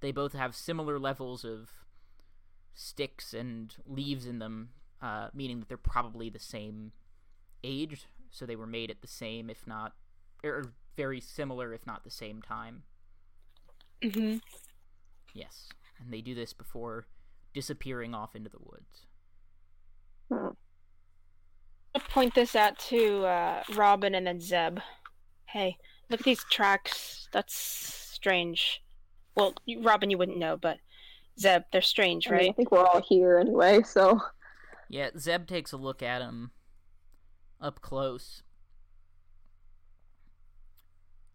Speaker 1: They both have similar levels of sticks and leaves in them, uh, meaning that they're probably the same age, so they were made at the same, if not, or very similar, if not the same time.
Speaker 2: Mm-hmm.
Speaker 1: Yes, and they do this before disappearing off into the woods.
Speaker 2: to point this out to uh, Robin and then Zeb. Hey, look at these tracks. That's strange. Well, you, Robin, you wouldn't know, but Zeb, they're strange,
Speaker 3: I, mean, I
Speaker 2: right?
Speaker 3: think we're all here anyway, so
Speaker 1: Yeah, Zeb takes a look at him up close.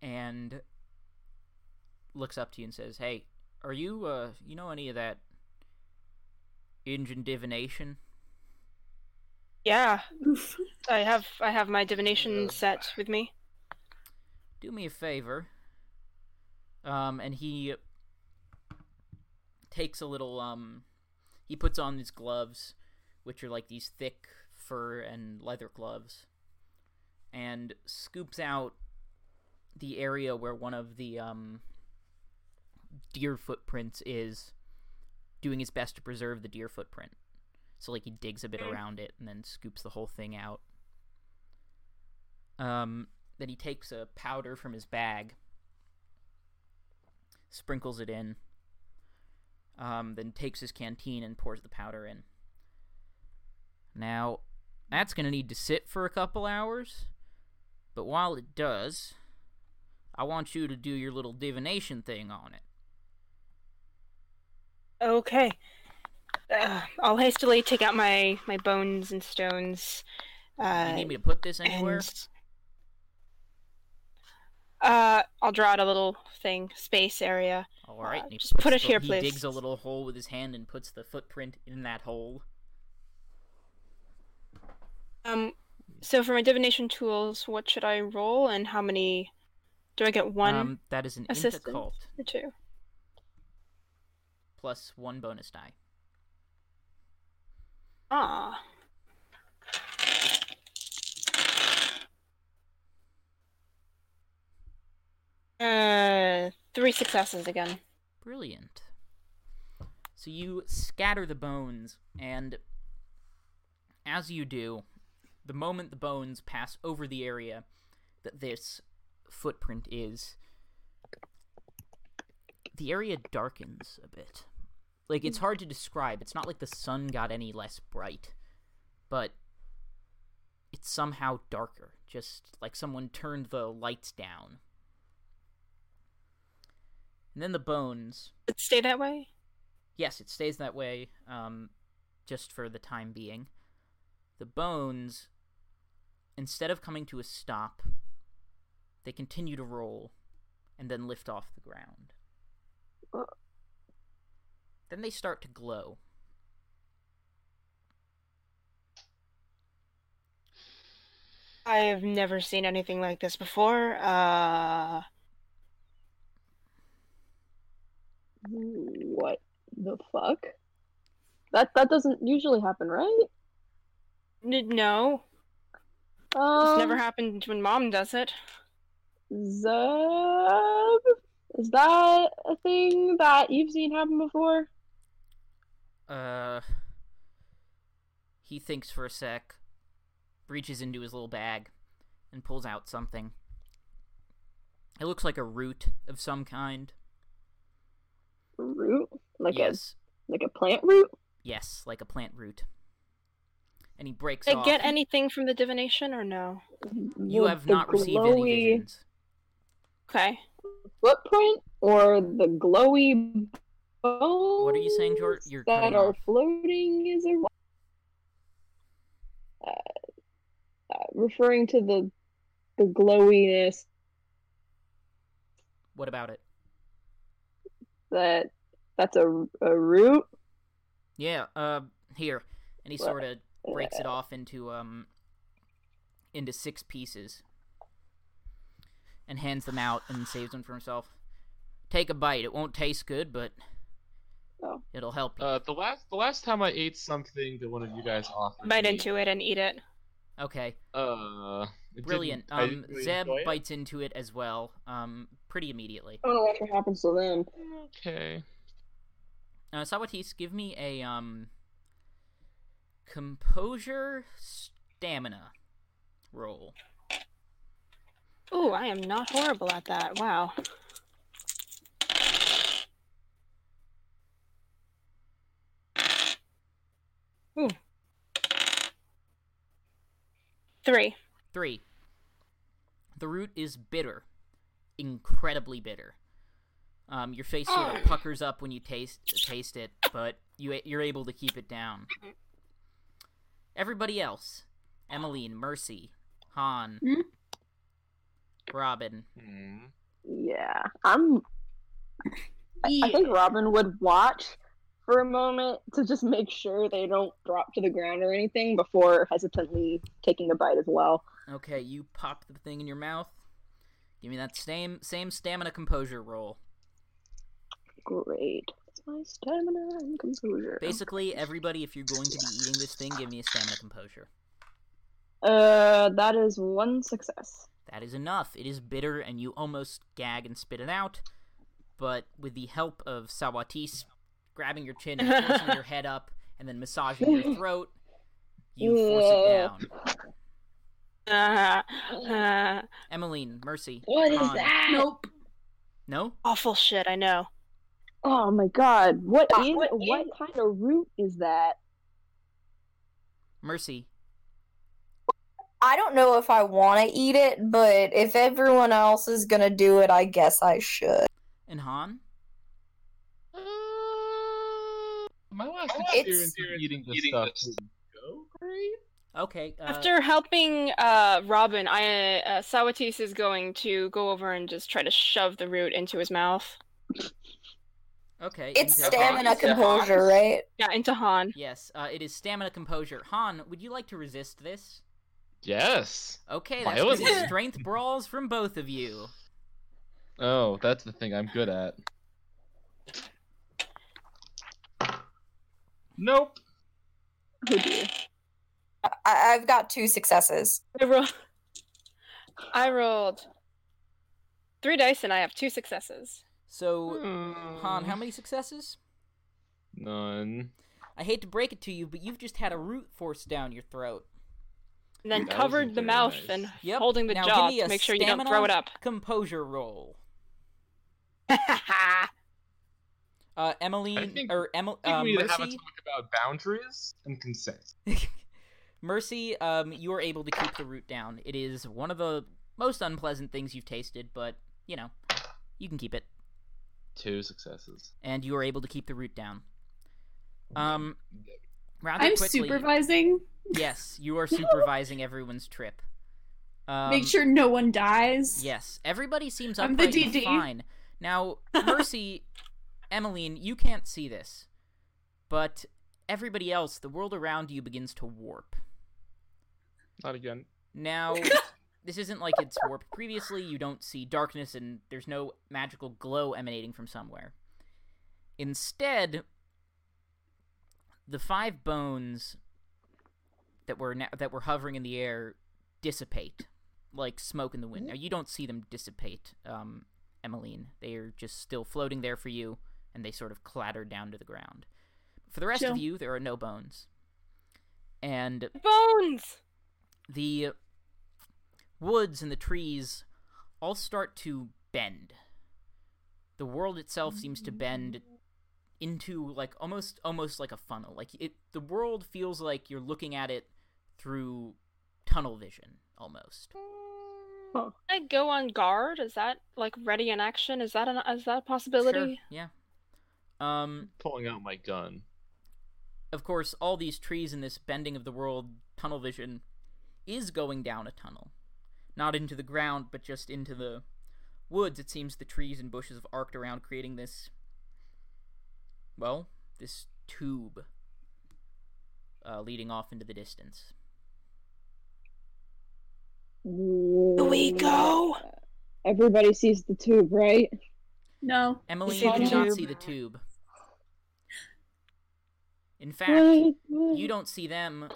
Speaker 1: And looks up to you and says, "Hey, are you uh you know any of that Indian divination?"
Speaker 2: Yeah,
Speaker 5: Oof.
Speaker 2: I have I have my divination
Speaker 6: Ugh.
Speaker 2: set with me.
Speaker 1: do me a favor. Um, and he takes a little, um, he puts on his gloves, which are like these thick fur and leather gloves, and scoops out the area where one of the, um, deer footprints is, doing his best to preserve the deer footprint. So, like, he digs a bit around it and then scoops the whole thing out. Um, then he takes a powder from his bag, sprinkles it in, um, then takes his canteen and pours the powder in. Now, that's going to need to sit for a couple hours, but while it does, I want you to do your little divination thing on it.
Speaker 2: Okay. Uh, I'll hastily take out my my bones and stones. Uh,
Speaker 1: you need me to put this anywhere?
Speaker 2: And, uh, I'll draw out a little thing, space area.
Speaker 1: All right.
Speaker 2: uh,
Speaker 1: and he
Speaker 2: just put
Speaker 1: puts
Speaker 2: it
Speaker 1: the-
Speaker 2: here,
Speaker 1: he
Speaker 2: please.
Speaker 1: digs a little hole with his hand and puts the footprint in that hole.
Speaker 2: Um, so for my divination tools, what should I roll, and how many? Do I get one
Speaker 1: um, that is an
Speaker 2: assistance.
Speaker 1: intercult
Speaker 2: or two?
Speaker 1: plus one bonus die.
Speaker 2: Ah. Uh, three successes again.
Speaker 1: Brilliant. So you scatter the bones, and as you do, the moment the bones pass over the area that this footprint is, the area darkens a bit. Like, it's hard to describe. It's not like the sun got any less bright, but it's somehow darker. Just like someone turned the lights down. And then the bones.
Speaker 2: Did it stay that way?
Speaker 1: Yes, it stays that way, um, just for the time being. The bones, instead of coming to a stop, they continue to roll and then lift off the ground.
Speaker 3: Uh.
Speaker 1: Then they start to glow.
Speaker 2: I have never seen anything like this before. Uh,
Speaker 3: what the fuck? That that doesn't usually happen, right?
Speaker 2: n- no.
Speaker 3: Um,
Speaker 2: it's never happened when mom does it.
Speaker 3: Zeb, is that a thing that you've seen happen before?
Speaker 1: Uh, he thinks for a sec, reaches into his little bag, and pulls out something. It looks like a root of some kind.
Speaker 3: Root, like
Speaker 1: yes.
Speaker 3: a like a plant root.
Speaker 1: Yes, like a plant root. And he breaks
Speaker 2: Did I
Speaker 1: off.
Speaker 2: get anything from the divination or no?
Speaker 1: You
Speaker 3: Would
Speaker 1: have
Speaker 3: the
Speaker 1: not received any
Speaker 3: glowy
Speaker 1: visions.
Speaker 2: Okay.
Speaker 3: footprint or the glowy bones.
Speaker 1: are you saying, Jor- you're
Speaker 3: that
Speaker 1: cutting
Speaker 3: are
Speaker 1: off.
Speaker 3: floating? Is there? Uh, uh, referring to the the glowiness
Speaker 1: What about it?
Speaker 3: that that's a, a root.
Speaker 1: Yeah, uh, here. And he
Speaker 3: Well,
Speaker 1: sort of breaks
Speaker 3: Uh,
Speaker 1: it off into um into six pieces and hands them out and saves them for himself. Take a bite. It won't taste good, but
Speaker 3: Oh.
Speaker 1: it'll help you.
Speaker 6: Uh, the last the last time I ate something that one of you guys offered
Speaker 2: Bite
Speaker 6: me,
Speaker 2: into it and eat it.
Speaker 1: Okay.
Speaker 6: Uh, it
Speaker 1: Brilliant.
Speaker 6: didn't- I
Speaker 1: Um,
Speaker 6: didn't really
Speaker 1: Zeb
Speaker 6: enjoy it.
Speaker 1: bites into it as well. Um, pretty immediately.
Speaker 3: I don't know what happens to them.
Speaker 6: Okay.
Speaker 1: Uh, Sawatis, give me a um. Composure stamina roll.
Speaker 2: Ooh, I am not horrible at that. Wow. Ooh. Three.
Speaker 1: Three. The root is bitter, incredibly bitter. Um, your face sort of puckers up when you taste taste it, but you you're able to keep it down. Everybody else, Emmeline, Mercy, Han,
Speaker 5: Hmm?
Speaker 1: Robin.
Speaker 6: Hmm.
Speaker 3: Yeah, I'm. I, I think Robin would watch for a moment to just make sure they don't drop to the ground or anything before hesitantly taking a bite as well.
Speaker 1: Okay, you pop the thing in your mouth. Give me that same same stamina composure roll.
Speaker 3: Great. That's my stamina and composure.
Speaker 1: Basically, everybody, if you're going to be eating this thing, give me a stamina composure.
Speaker 3: Uh, that is one success.
Speaker 1: That is enough. It is bitter, and you almost gag and spit it out. But with the help of Sawatis grabbing your chin and forcing your head up, and then massaging your throat, you force it
Speaker 3: Yeah.
Speaker 1: down.
Speaker 2: Uh, uh,
Speaker 1: Emmeline, Mercy.
Speaker 3: What is
Speaker 1: Han.
Speaker 3: that?
Speaker 5: Nope.
Speaker 1: No?
Speaker 2: awful shit, I know.
Speaker 3: Oh my god! What
Speaker 2: Ah,
Speaker 3: is
Speaker 2: what
Speaker 3: what kind of root is that?
Speaker 1: Mercy.
Speaker 4: I don't know if I want to eat it, but if everyone else is gonna do it, I guess I should.
Speaker 1: And Han?
Speaker 6: Uh, my last
Speaker 4: It's-
Speaker 6: experience with eating this stuff didn't go great.
Speaker 1: Okay. Uh,
Speaker 2: After helping uh, Robin, I uh, Sawatis is going to go over and just try to shove the root into his mouth.
Speaker 1: Okay.
Speaker 4: It's
Speaker 1: into-
Speaker 4: stamina
Speaker 6: Is that
Speaker 4: composure,
Speaker 6: hot?
Speaker 4: right?
Speaker 2: Yeah, into Han.
Speaker 1: Yes, uh, it is stamina composure. Han, would you like to resist this?
Speaker 6: Yes.
Speaker 1: Okay, that's gonna be
Speaker 6: Violence.
Speaker 1: strength brawls from both of you.
Speaker 6: Oh, that's the thing I'm good at. Nope.
Speaker 3: Oh dear.
Speaker 4: I- I've got two successes.
Speaker 2: I rolled. I rolled three dice and I have two successes.
Speaker 1: So,
Speaker 2: Hmm.
Speaker 1: Han, how many successes?
Speaker 6: None.
Speaker 1: I hate to break it to you, but you've just had a root forced down your throat.
Speaker 2: And then
Speaker 6: Ooh, that
Speaker 2: covered
Speaker 6: wasn't
Speaker 2: the
Speaker 6: very
Speaker 2: mouth
Speaker 6: nice.
Speaker 2: and
Speaker 1: Yep.
Speaker 2: holding the
Speaker 1: now
Speaker 2: jaw
Speaker 1: give me a
Speaker 2: to make sure you don't throw it
Speaker 1: stamina
Speaker 2: up.
Speaker 1: Composure roll. Uh, Emily
Speaker 6: think-
Speaker 1: or Emily
Speaker 6: I think
Speaker 1: uh,
Speaker 6: we need to have a
Speaker 1: Mercy.
Speaker 6: talk about boundaries and consent.
Speaker 1: Mercy, um, you are able to keep the root down. It is one of the most unpleasant things you've tasted, but you know, you can keep it,
Speaker 6: Two successes.
Speaker 1: and you are able to keep the root down. Um, rather
Speaker 5: I'm
Speaker 1: quickly.
Speaker 5: supervising.
Speaker 1: Yes, you are supervising everyone's trip. Um,
Speaker 5: Make sure no one dies.
Speaker 1: Yes, everybody seems
Speaker 5: I'm
Speaker 1: upright
Speaker 5: the
Speaker 1: and
Speaker 5: DD.
Speaker 1: fine. Now, Mercy, Emmeline, you can't see this, but everybody else, the world around you begins to warp.
Speaker 6: Not again.
Speaker 1: Now, this isn't like it's warped previously. You don't see darkness, and there's no magical glow emanating from somewhere. Instead, the five bones that were na- that were hovering in the air dissipate like smoke in the wind. Now you don't see them dissipate, um, Emmeline. They are just still floating there for you, and they sort of clatter down to the ground. For the rest
Speaker 5: Chill.
Speaker 1: of you, there are no bones, and
Speaker 2: Bones.
Speaker 1: the woods and the trees all start to bend. The world itself seems to bend into like almost almost like a funnel. Like it the world feels like you're looking at it through tunnel vision almost.
Speaker 2: I go on guard. Is that like ready in action? Is that an is that a
Speaker 1: Sure,
Speaker 2: possibility?
Speaker 1: yeah. Um
Speaker 6: Pulling out my gun.
Speaker 1: of course all these trees in this bending of the world tunnel vision is going down a tunnel. Not into the ground, but just into the woods. It seems the trees and bushes have arced around creating this well, this tube uh, leading off into the distance.
Speaker 3: Do
Speaker 2: we go?
Speaker 3: Everybody sees the tube, right?
Speaker 5: No.
Speaker 1: Emily,
Speaker 5: see
Speaker 1: you
Speaker 5: the
Speaker 1: do not
Speaker 5: tube?
Speaker 1: see the tube. In fact,
Speaker 3: What?
Speaker 1: you don't see them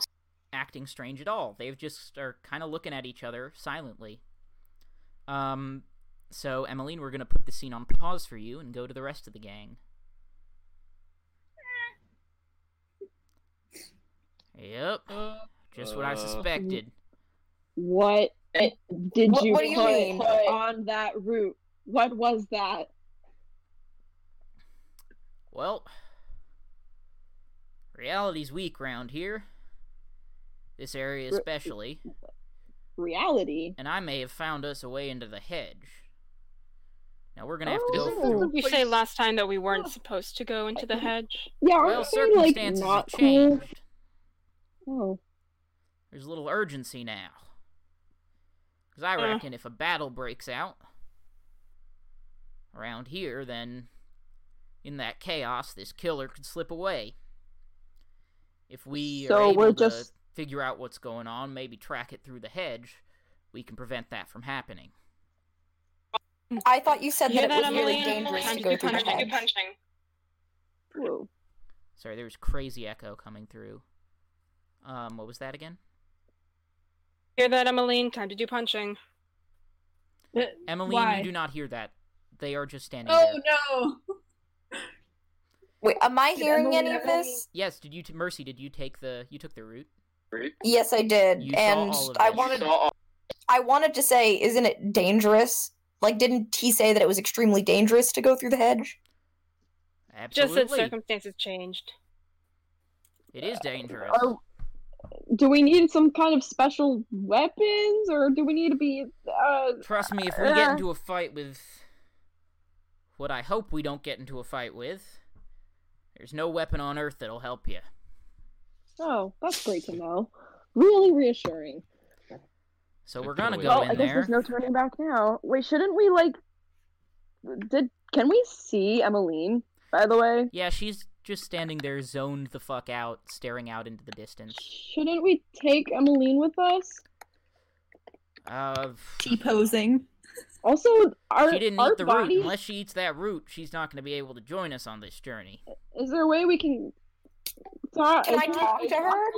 Speaker 1: acting strange at all. They've just are kind of looking at each other silently. Um, so Emmeline, we're gonna put the scene on pause for you and go to the rest of the gang. Yep, just what I
Speaker 6: Uh.
Speaker 1: suspected.
Speaker 3: What did
Speaker 4: What-
Speaker 3: you,
Speaker 4: what do you
Speaker 3: put
Speaker 4: mean?
Speaker 3: on that route? What was that?
Speaker 1: Well, reality's weak round here. This area
Speaker 3: Re-
Speaker 1: especially,
Speaker 3: Reality.
Speaker 1: and I may have found us a way into the hedge. Now we're gonna have to
Speaker 3: Oh.
Speaker 1: go
Speaker 3: Isn't
Speaker 1: through
Speaker 3: it
Speaker 2: You say last time that we weren't
Speaker 3: Oh.
Speaker 2: supposed to go into the hedge.
Speaker 3: Yeah, aren't
Speaker 1: Well,
Speaker 3: they like
Speaker 1: circumstances
Speaker 3: not
Speaker 1: have
Speaker 3: cool?
Speaker 1: changed.
Speaker 3: Oh,
Speaker 1: There's a little urgency now. Because I
Speaker 2: Yeah.
Speaker 1: reckon if a battle breaks out around here, then in that chaos, this killer could slip away. If we
Speaker 3: So
Speaker 1: are able
Speaker 3: we're
Speaker 1: to
Speaker 3: just-
Speaker 1: figure out what's going on, maybe track it through the hedge, we can prevent that from happening.
Speaker 4: I thought you said
Speaker 2: You hear
Speaker 4: that it
Speaker 2: that,
Speaker 4: was really
Speaker 2: Emily?
Speaker 4: dangerous
Speaker 2: Time
Speaker 4: to go
Speaker 2: do
Speaker 4: through the
Speaker 2: punching.
Speaker 4: hedge.
Speaker 3: whoa.
Speaker 1: Sorry, there was crazy echo coming through. Um, what was that again?
Speaker 2: Hear that, Emmeline? Time to do punching.
Speaker 1: Emily,
Speaker 5: Why?
Speaker 1: you do not hear that. They are just standing
Speaker 5: Oh
Speaker 1: there.
Speaker 5: no!
Speaker 4: Wait, am I
Speaker 5: Did
Speaker 4: hearing
Speaker 5: Emily
Speaker 4: any of this?
Speaker 1: Yes, did you t- Mercy, did you take the you took the route?
Speaker 4: Yes, I did,
Speaker 1: You saw
Speaker 4: and
Speaker 1: all of
Speaker 4: I
Speaker 1: this.
Speaker 4: wanted I wanted to say, isn't it dangerous? Like, didn't he say that it was extremely dangerous to go through the hedge?
Speaker 2: Just
Speaker 1: Absolutely.
Speaker 2: that circumstances changed.
Speaker 1: It is dangerous.
Speaker 3: Are, do we need some kind of special weapons, or do we need to be? Uh,
Speaker 1: Trust me, if we get
Speaker 3: Uh.
Speaker 1: into a fight with what I hope we don't get into a fight with, there's no weapon on earth that'll help you.
Speaker 3: oh, that's great to know. Really reassuring.
Speaker 1: So
Speaker 6: Good
Speaker 1: we're gonna
Speaker 6: boy.
Speaker 1: go
Speaker 3: well, I
Speaker 1: in
Speaker 3: guess
Speaker 1: there.
Speaker 3: there's no turning back now. Wait, shouldn't we like? Did can we see Emmeline? By the way,
Speaker 1: Yeah, she's just standing there, zoned the fuck out, staring out into the distance.
Speaker 3: shouldn't we take Emmeline with us?
Speaker 1: Uh,
Speaker 5: T posing.
Speaker 3: Also, our
Speaker 1: she didn't
Speaker 3: our
Speaker 1: eat the root.
Speaker 3: bodies.
Speaker 1: Unless she eats that root, she's not gonna be able to join us on this journey.
Speaker 3: Is there a way we can? Talk,
Speaker 4: Can I talk to her?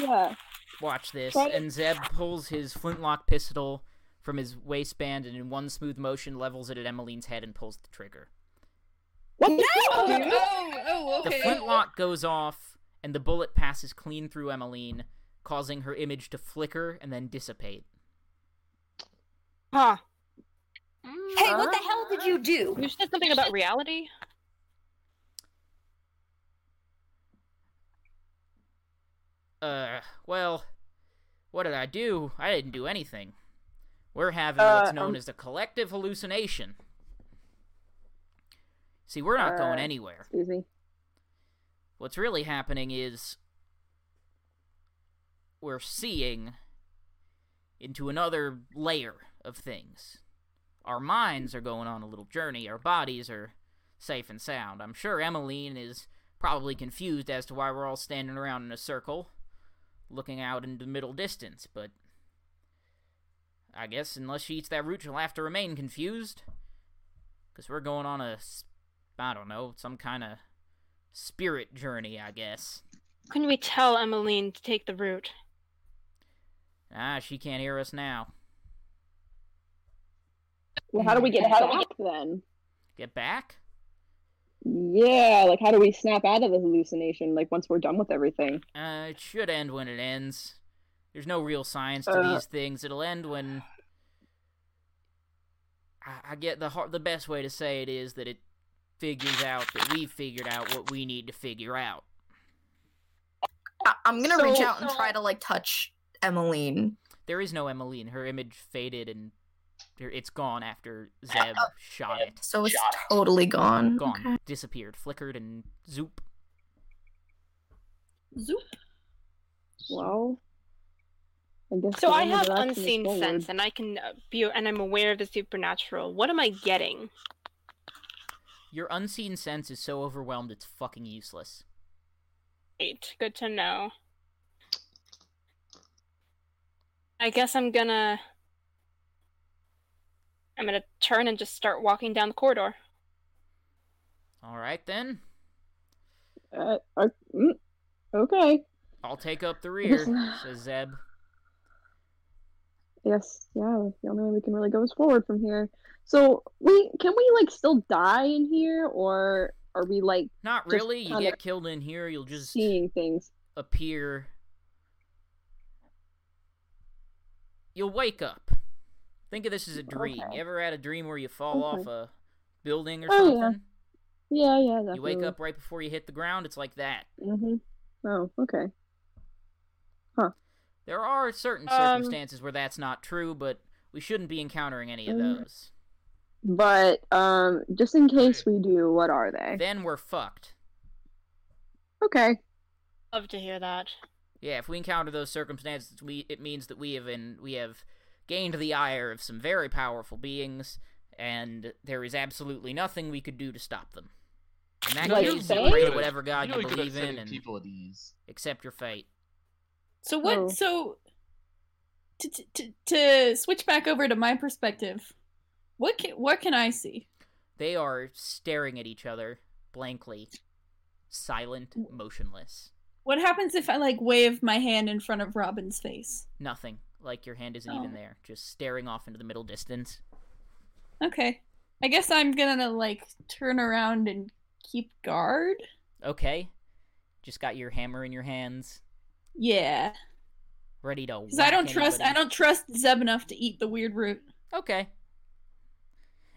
Speaker 3: Yeah.
Speaker 1: Watch this.
Speaker 3: Try to-
Speaker 1: And Zeb pulls his flintlock pistol from his waistband and in one smooth motion levels it at Emmeline's head and pulls the trigger.
Speaker 3: What
Speaker 4: No!
Speaker 3: the fuck, dude?
Speaker 5: Oh, oh,
Speaker 1: The flintlock goes off, and the bullet passes clean through Emmeline, causing her image to flicker and then dissipate.
Speaker 2: Huh.
Speaker 4: Hey, what the hell did you do?
Speaker 2: You said something about reality?
Speaker 1: Uh, well, what did I do? I didn't do anything. We're having
Speaker 3: Uh,
Speaker 1: what's known
Speaker 3: um-
Speaker 1: as the collective hallucination. See, we're not going
Speaker 3: Uh,
Speaker 1: anywhere.
Speaker 3: Excuse me.
Speaker 1: What's really happening is we're seeing into another layer of things. Our minds are going on a little journey, our bodies are safe and sound. I'm sure Emmeline is probably confused as to why we're all standing around in a circle looking out into middle distance, but I guess unless she eats that root, she'll have to remain confused. Because we're going on a, s- I don't know, some kind of spirit journey, I guess.
Speaker 2: Couldn't we tell Emmeline to take the route?
Speaker 1: Ah, she can't hear us now.
Speaker 3: Well, how do we get
Speaker 4: How do we
Speaker 3: back then?
Speaker 1: Get back?
Speaker 3: Yeah, like how do we snap out of the hallucination? Like once we're done with everything.
Speaker 1: Uh, it should end when it ends. There's no real science to
Speaker 3: Uh.
Speaker 1: these things. It'll end when. I, I get the har the best way to say it is that it figures out that we figured out what we need to figure out.
Speaker 4: I- I'm gonna reach
Speaker 3: So-
Speaker 4: out and try to like touch Emmeline.
Speaker 1: There is no Emmeline. Her image faded and her- it's gone after Zeb shot it.
Speaker 4: So it's totally gone.
Speaker 1: Gone, disappeared, flickered, and zoop.
Speaker 5: Zoop.
Speaker 3: Well, I guess.
Speaker 2: So
Speaker 3: the
Speaker 2: I
Speaker 3: only
Speaker 2: have
Speaker 3: direction is
Speaker 2: unseen
Speaker 3: forward.
Speaker 2: sense, and I can uh, be, and I'm aware of the supernatural. What am I getting?
Speaker 1: Your unseen sense is so overwhelmed it's fucking useless.
Speaker 2: Great, good to know. I guess I'm gonna, I'm gonna turn and just start walking down the corridor.
Speaker 1: All right then.
Speaker 3: Uh, are- mm, okay.
Speaker 1: I'll take up the rear, says Zeb.
Speaker 3: Yes, yeah. The only way we can really go is forward from here. So we can we like still die in here, or are we like
Speaker 1: Not
Speaker 3: Just
Speaker 1: really. You
Speaker 3: kinda-
Speaker 1: get killed in here, you'll just
Speaker 3: seeing things?
Speaker 1: appear. You'll wake up. Think of this as a dream.
Speaker 3: Okay.
Speaker 1: You ever had a dream where you fall
Speaker 3: Okay.
Speaker 1: off a building or
Speaker 3: Oh,
Speaker 1: something?
Speaker 3: yeah, Yeah, yeah. Definitely.
Speaker 1: You wake up right before you hit the ground. It's like that.
Speaker 3: hmm Oh, okay.
Speaker 1: There are certain
Speaker 2: Um,
Speaker 1: circumstances where that's not true, but we shouldn't be encountering any of
Speaker 3: Mm.
Speaker 1: those.
Speaker 3: But um, just in case we do, what are they?
Speaker 1: Then we're fucked.
Speaker 3: Okay.
Speaker 2: Love to hear that.
Speaker 1: Yeah, if we encounter those circumstances, we it means that we have in, we have gained the ire of some very powerful beings, and there is absolutely nothing we could do to stop them. And that
Speaker 3: Like
Speaker 1: gives you
Speaker 3: Bane?
Speaker 1: pray to whatever god you,
Speaker 6: you know he could have
Speaker 1: believe in
Speaker 6: setting
Speaker 1: and
Speaker 6: people at ease.
Speaker 1: accept your fate.
Speaker 5: So what?
Speaker 3: Oh.
Speaker 5: So to, to- to to switch back over to my perspective, what can what can I see?
Speaker 1: They are staring at each other blankly, silent, motionless.
Speaker 5: What happens if I like wave my hand in front of Robin's face?
Speaker 1: Nothing. Like your hand isn't even
Speaker 5: Oh.
Speaker 1: there, just staring off into the middle distance.
Speaker 5: Okay, I guess I'm gonna like turn around and keep guard.
Speaker 1: Okay. Just got your hammer in your hands,
Speaker 5: Yeah,
Speaker 1: ready to.
Speaker 5: because I
Speaker 1: whack
Speaker 5: don't trust I
Speaker 1: anybody.
Speaker 5: don't trust Zeb enough to eat the weird root,
Speaker 1: Okay.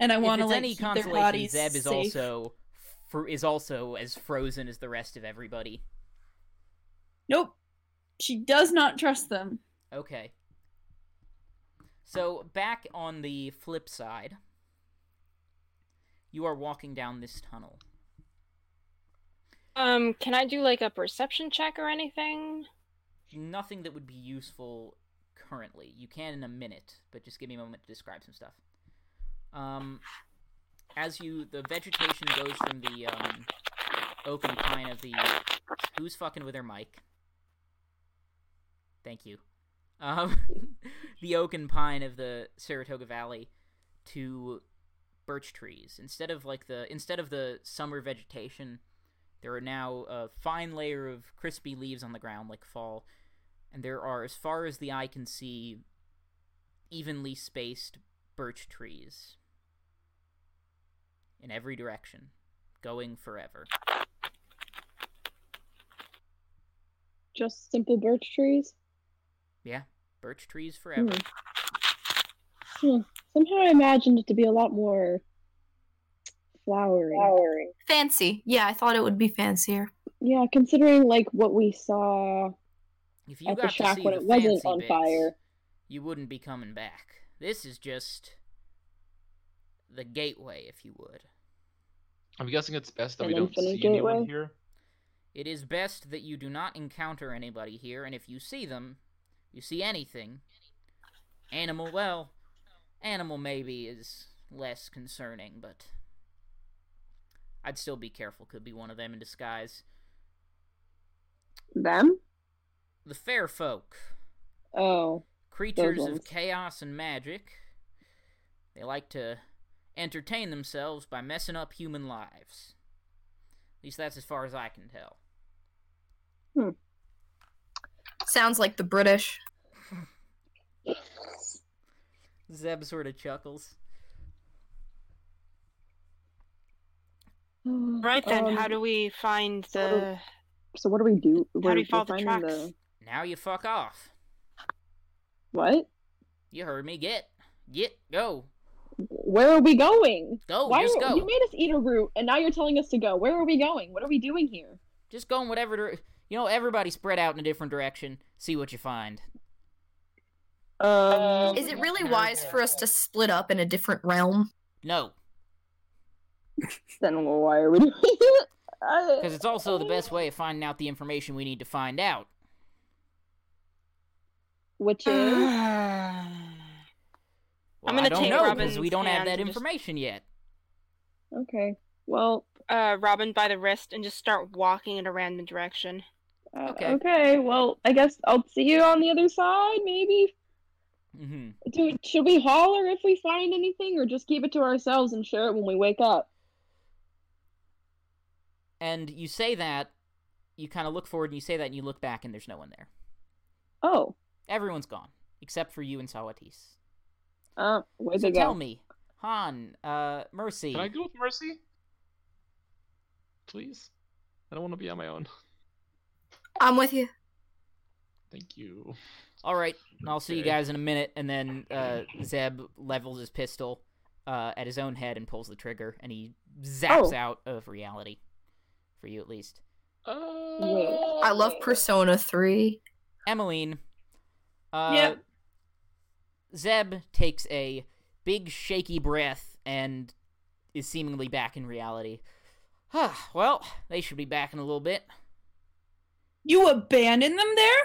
Speaker 5: and I
Speaker 1: If
Speaker 5: want to
Speaker 1: it's
Speaker 5: like
Speaker 1: any
Speaker 5: keep their
Speaker 1: consolation,
Speaker 5: bodies
Speaker 1: Zeb is
Speaker 5: safe.
Speaker 1: also fr- is also as frozen as the rest of everybody.
Speaker 5: Nope, she does not trust them.
Speaker 1: Okay. So back on the flip side, you are walking down this tunnel.
Speaker 2: Um, can I do like a perception check or anything?
Speaker 1: Nothing that would be useful currently. You can in a minute, but just give me a moment to describe some stuff. Um, as you, the vegetation goes from the um, oak and pine of the. Who's fucking with her mic? Thank you. Um, the oak and pine of the Saratoga Valley to birch trees. Instead of like the instead of the summer vegetation, there are now a fine layer of crispy leaves on the ground like fall, and there are, as far as the eye can see, evenly spaced birch trees in every direction, going forever.
Speaker 3: Just simple birch trees.
Speaker 1: Yeah, birch trees forever.
Speaker 3: Hmm. Somehow I imagined it to be a lot more flowery. Flowery.
Speaker 4: Fancy. Yeah, I thought it would be fancier.
Speaker 3: Yeah, considering like what we saw.
Speaker 1: If you
Speaker 3: At the
Speaker 1: got to
Speaker 3: shack
Speaker 1: see
Speaker 3: when
Speaker 1: the
Speaker 3: it wasn't
Speaker 1: fancy
Speaker 3: on
Speaker 1: bits,
Speaker 3: fire.
Speaker 1: you wouldn't be coming back. This is just the gateway, if you would.
Speaker 6: I'm guessing it's best that
Speaker 3: An
Speaker 6: we don't see
Speaker 3: infinite
Speaker 6: anyone
Speaker 3: gateway?
Speaker 6: here.
Speaker 1: It is best that you do not encounter anybody here, and if you see them, you see anything, animal, well, animal maybe is less concerning, but I'd still be careful. Could be one of them in disguise.
Speaker 3: Them?
Speaker 1: The fair folk,
Speaker 3: Oh.
Speaker 1: creatures
Speaker 3: ones.
Speaker 1: of chaos and magic, they like to entertain themselves by messing up human lives. At least that's as far as I can tell.
Speaker 4: Sounds like the British.
Speaker 1: Zeb sort of chuckles.
Speaker 2: Right then,
Speaker 3: Um,
Speaker 2: how do we find
Speaker 3: sort of-
Speaker 2: the?
Speaker 3: So what do we do?
Speaker 2: How do you
Speaker 3: We're-
Speaker 2: follow
Speaker 3: we're
Speaker 2: the
Speaker 3: finding
Speaker 2: tracks?
Speaker 1: Now you fuck off.
Speaker 3: What?
Speaker 1: You heard me. Get, get, go,
Speaker 3: Where are we going?
Speaker 1: go.
Speaker 3: Why
Speaker 1: Oh, just
Speaker 3: are,
Speaker 1: go.
Speaker 3: You made us eat a root, and now you're telling us to go. Where are we going? What are we doing here?
Speaker 1: Just go in whatever. Dir- you know, everybody spread out in a different direction. See what you find.
Speaker 3: Um,
Speaker 4: Is it really wise for us to split up in a different realm?
Speaker 1: No,
Speaker 3: then why are we doing it? Uh,
Speaker 1: because it's also the best way of finding out the information we need to find out.
Speaker 3: Which is
Speaker 2: I'm
Speaker 1: Well,
Speaker 2: gonna
Speaker 1: I don't
Speaker 2: take
Speaker 1: know
Speaker 2: Robin's
Speaker 1: we don't have
Speaker 2: hand
Speaker 1: that
Speaker 2: and just-
Speaker 1: information yet.
Speaker 3: okay. Well,
Speaker 2: uh, Robin by the wrist and just start walking in a random direction.
Speaker 3: uh,
Speaker 1: Okay.
Speaker 3: okay. Well, I guess I'll see you on the other side. Maybe.
Speaker 1: hmm
Speaker 3: Dude, should we holler if we find anything, or just keep it to ourselves and share it when we wake up?
Speaker 1: And you say that, you kind of look forward and you say that, and you look back, and there's no one there.
Speaker 3: Oh,
Speaker 1: Everyone's gone except for you and Sawatis.
Speaker 3: uh, where'd
Speaker 1: So
Speaker 3: they
Speaker 1: tell
Speaker 3: go?
Speaker 1: me, Han, uh, Mercy,
Speaker 6: Can I go with Mercy? Please? I don't want to be on my own.
Speaker 4: I'm with you.
Speaker 6: Thank you.
Speaker 1: All right, and I'll see you
Speaker 6: Okay.
Speaker 1: guys in a minute. And then uh, Zeb levels his pistol uh, at his own head and pulls the trigger, and he zaps
Speaker 3: Oh.
Speaker 1: out of reality for you at least.
Speaker 6: Oh,
Speaker 4: I love Persona 3.
Speaker 1: Emmeline, uh,
Speaker 5: Yep.
Speaker 1: Zeb takes a big shaky breath and is seemingly back in reality. Huh, well, they should be back in a little bit.
Speaker 5: You abandon them there?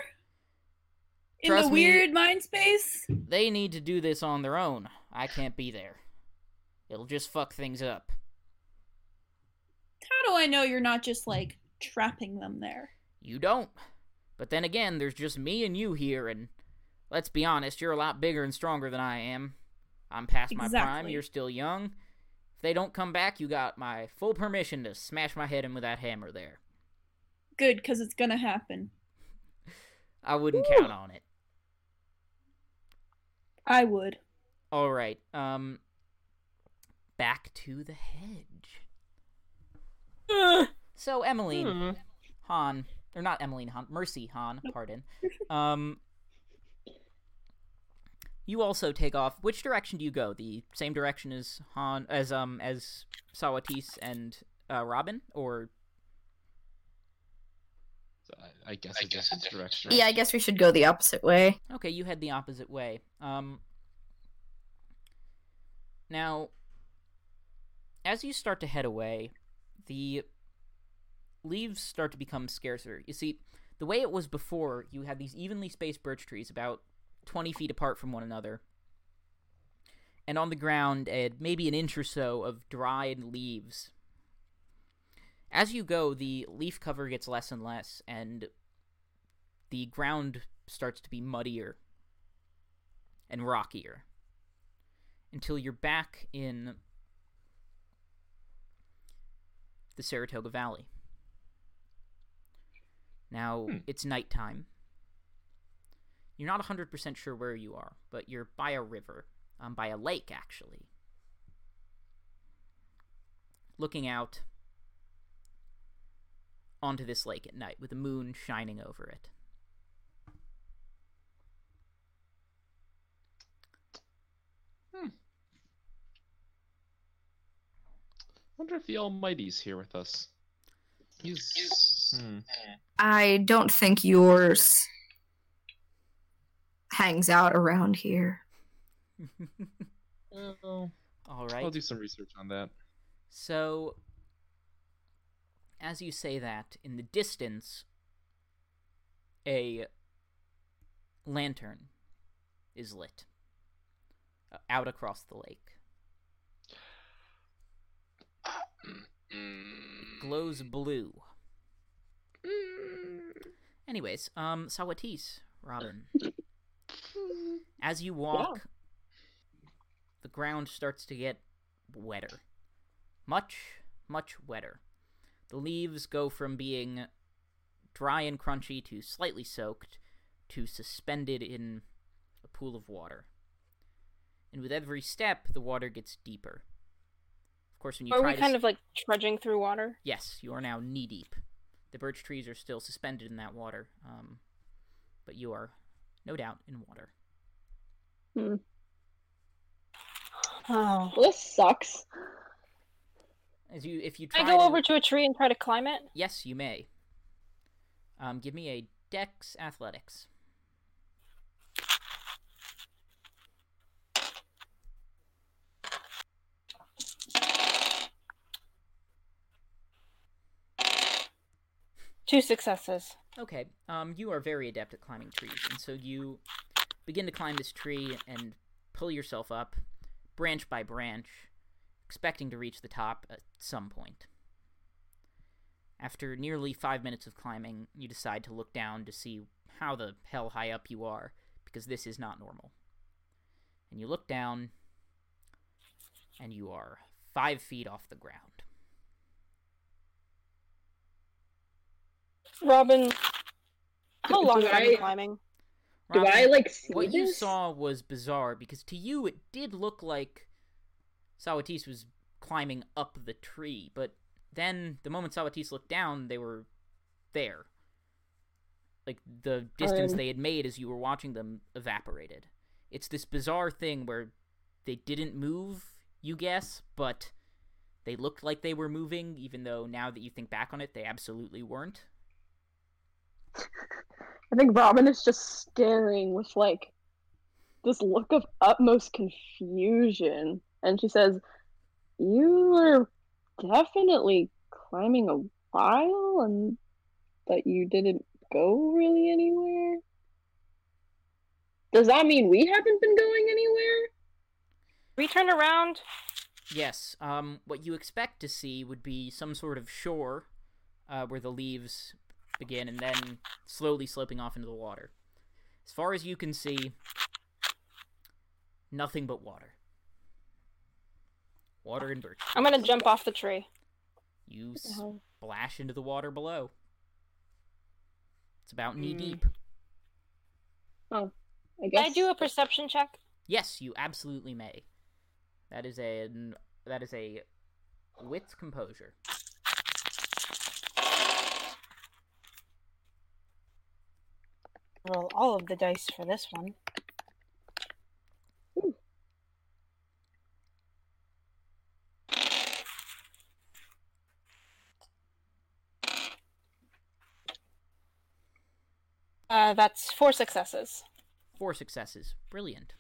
Speaker 5: In
Speaker 1: Trust
Speaker 5: the
Speaker 1: me.
Speaker 5: weird mind space?
Speaker 1: They need to do this on their own. I can't be there. It'll just fuck things up.
Speaker 5: How do I know you're not just like trapping them there?
Speaker 1: You don't. But then again, there's just me and you here, and let's be honest, you're a lot bigger and stronger than I am. I'm past my prime,
Speaker 5: Exactly.
Speaker 1: you're still young. If they don't come back, you got my full permission to smash my head in with that hammer there.
Speaker 5: Good, because it's gonna happen.
Speaker 1: I wouldn't
Speaker 5: Ooh.
Speaker 1: count on it.
Speaker 5: I would.
Speaker 1: All right. Um back to the hedge.
Speaker 2: Uh,
Speaker 1: So, Emmeline,
Speaker 6: Hmm.
Speaker 1: Han, or not Emmeline Han, Mercy Han, pardon. Um, you also take off. Which direction do you go? The same direction as Han, as um, as Sawatis and uh, Robin, or
Speaker 6: So I- I guess I guess it's direction.
Speaker 4: Yeah, I guess we should go the opposite way.
Speaker 1: okay, you head the opposite way. Um, now, as you start to head away, the leaves start to become scarcer. You see, the way it was before, you had these evenly spaced birch trees about 20 feet apart from one another. And on the ground, uh, maybe an inch or so of dried leaves. As you go, the leaf cover gets less and less, and the ground starts to be muddier and rockier until you're back in the Saratoga Valley. Now
Speaker 6: Hmm.
Speaker 1: it's nighttime. You're not 100% sure where you are, but you're by a river, um, by a lake actually. Looking out onto this lake at night with the moon shining over it.
Speaker 6: wonder if the Almighty's here with us. He's. Hmm.
Speaker 4: I don't think yours hangs out around here.
Speaker 1: All
Speaker 6: I'll
Speaker 1: right.
Speaker 6: do some research on that.
Speaker 1: So, as you say that, in the distance, a lantern is lit uh, out across the lake.
Speaker 6: Mm.
Speaker 1: Glows blue.
Speaker 2: Mm.
Speaker 1: Anyways, um, Sawatis, Robin. As you walk, the ground starts to get wetter. Much, much wetter. The leaves go from being dry and crunchy to slightly soaked to suspended in a pool of water. And with every step, the water gets deeper. Of course, when you
Speaker 2: Are
Speaker 1: try
Speaker 2: we
Speaker 1: to
Speaker 2: kind of like trudging through water?
Speaker 1: Yes, you are now knee deep. The birch trees are still suspended in that water, um, but you are no doubt in water.
Speaker 2: Oh.
Speaker 3: This sucks.
Speaker 1: As you, if you try
Speaker 2: Can I go
Speaker 1: to-
Speaker 2: over to a tree and try to climb it?
Speaker 1: yes, you may. Um, give me a Dex Athletics.
Speaker 2: Two successes.
Speaker 1: Okay, um, you are very adept at climbing trees, and so you begin to climb this tree and pull yourself up, branch by branch, expecting to reach the top at some point. After nearly five minutes of climbing, you decide to look down to see how the hell high up you are, because this is not normal. And you look down, and you are five feet off the ground.
Speaker 2: Robin, how
Speaker 7: Do-
Speaker 2: long
Speaker 7: do
Speaker 2: have you been
Speaker 7: I-
Speaker 2: climbing?
Speaker 7: Do I like see
Speaker 1: what you
Speaker 7: this?
Speaker 1: saw was bizarre because to you it did look like Sawatis was climbing up the tree, but then the moment Sawatis looked down, they were there. Like the distance
Speaker 7: Um.
Speaker 1: they had made as you were watching them evaporated. It's this bizarre thing where they didn't move, you guess, but they looked like they were moving, even though now that you think back on it, they absolutely weren't.
Speaker 3: I think Robin is just staring with like this look of utmost confusion. And she says, You were definitely climbing a while and but you didn't go really anywhere.
Speaker 7: Does that mean we haven't been going anywhere?
Speaker 2: We turned around.
Speaker 1: Yes. Um, what you expect to see would be some sort of shore, uh, where the leaves begin and then slowly sloping off into the water. As far as you can see, nothing but water. Water and birch.
Speaker 2: I'm gonna
Speaker 1: trees.
Speaker 2: jump off the tree.
Speaker 1: You
Speaker 7: Uh,
Speaker 1: splash into the water below. It's about
Speaker 2: Hmm.
Speaker 1: knee
Speaker 7: Mm.
Speaker 1: deep.
Speaker 3: I
Speaker 2: Can
Speaker 3: guess
Speaker 2: I do a perception check?
Speaker 1: Yes, you absolutely may. That is a that is a wits composure.
Speaker 2: Roll all of the dice for this one. Uh, that's four successes.
Speaker 1: Four successes. Brilliant.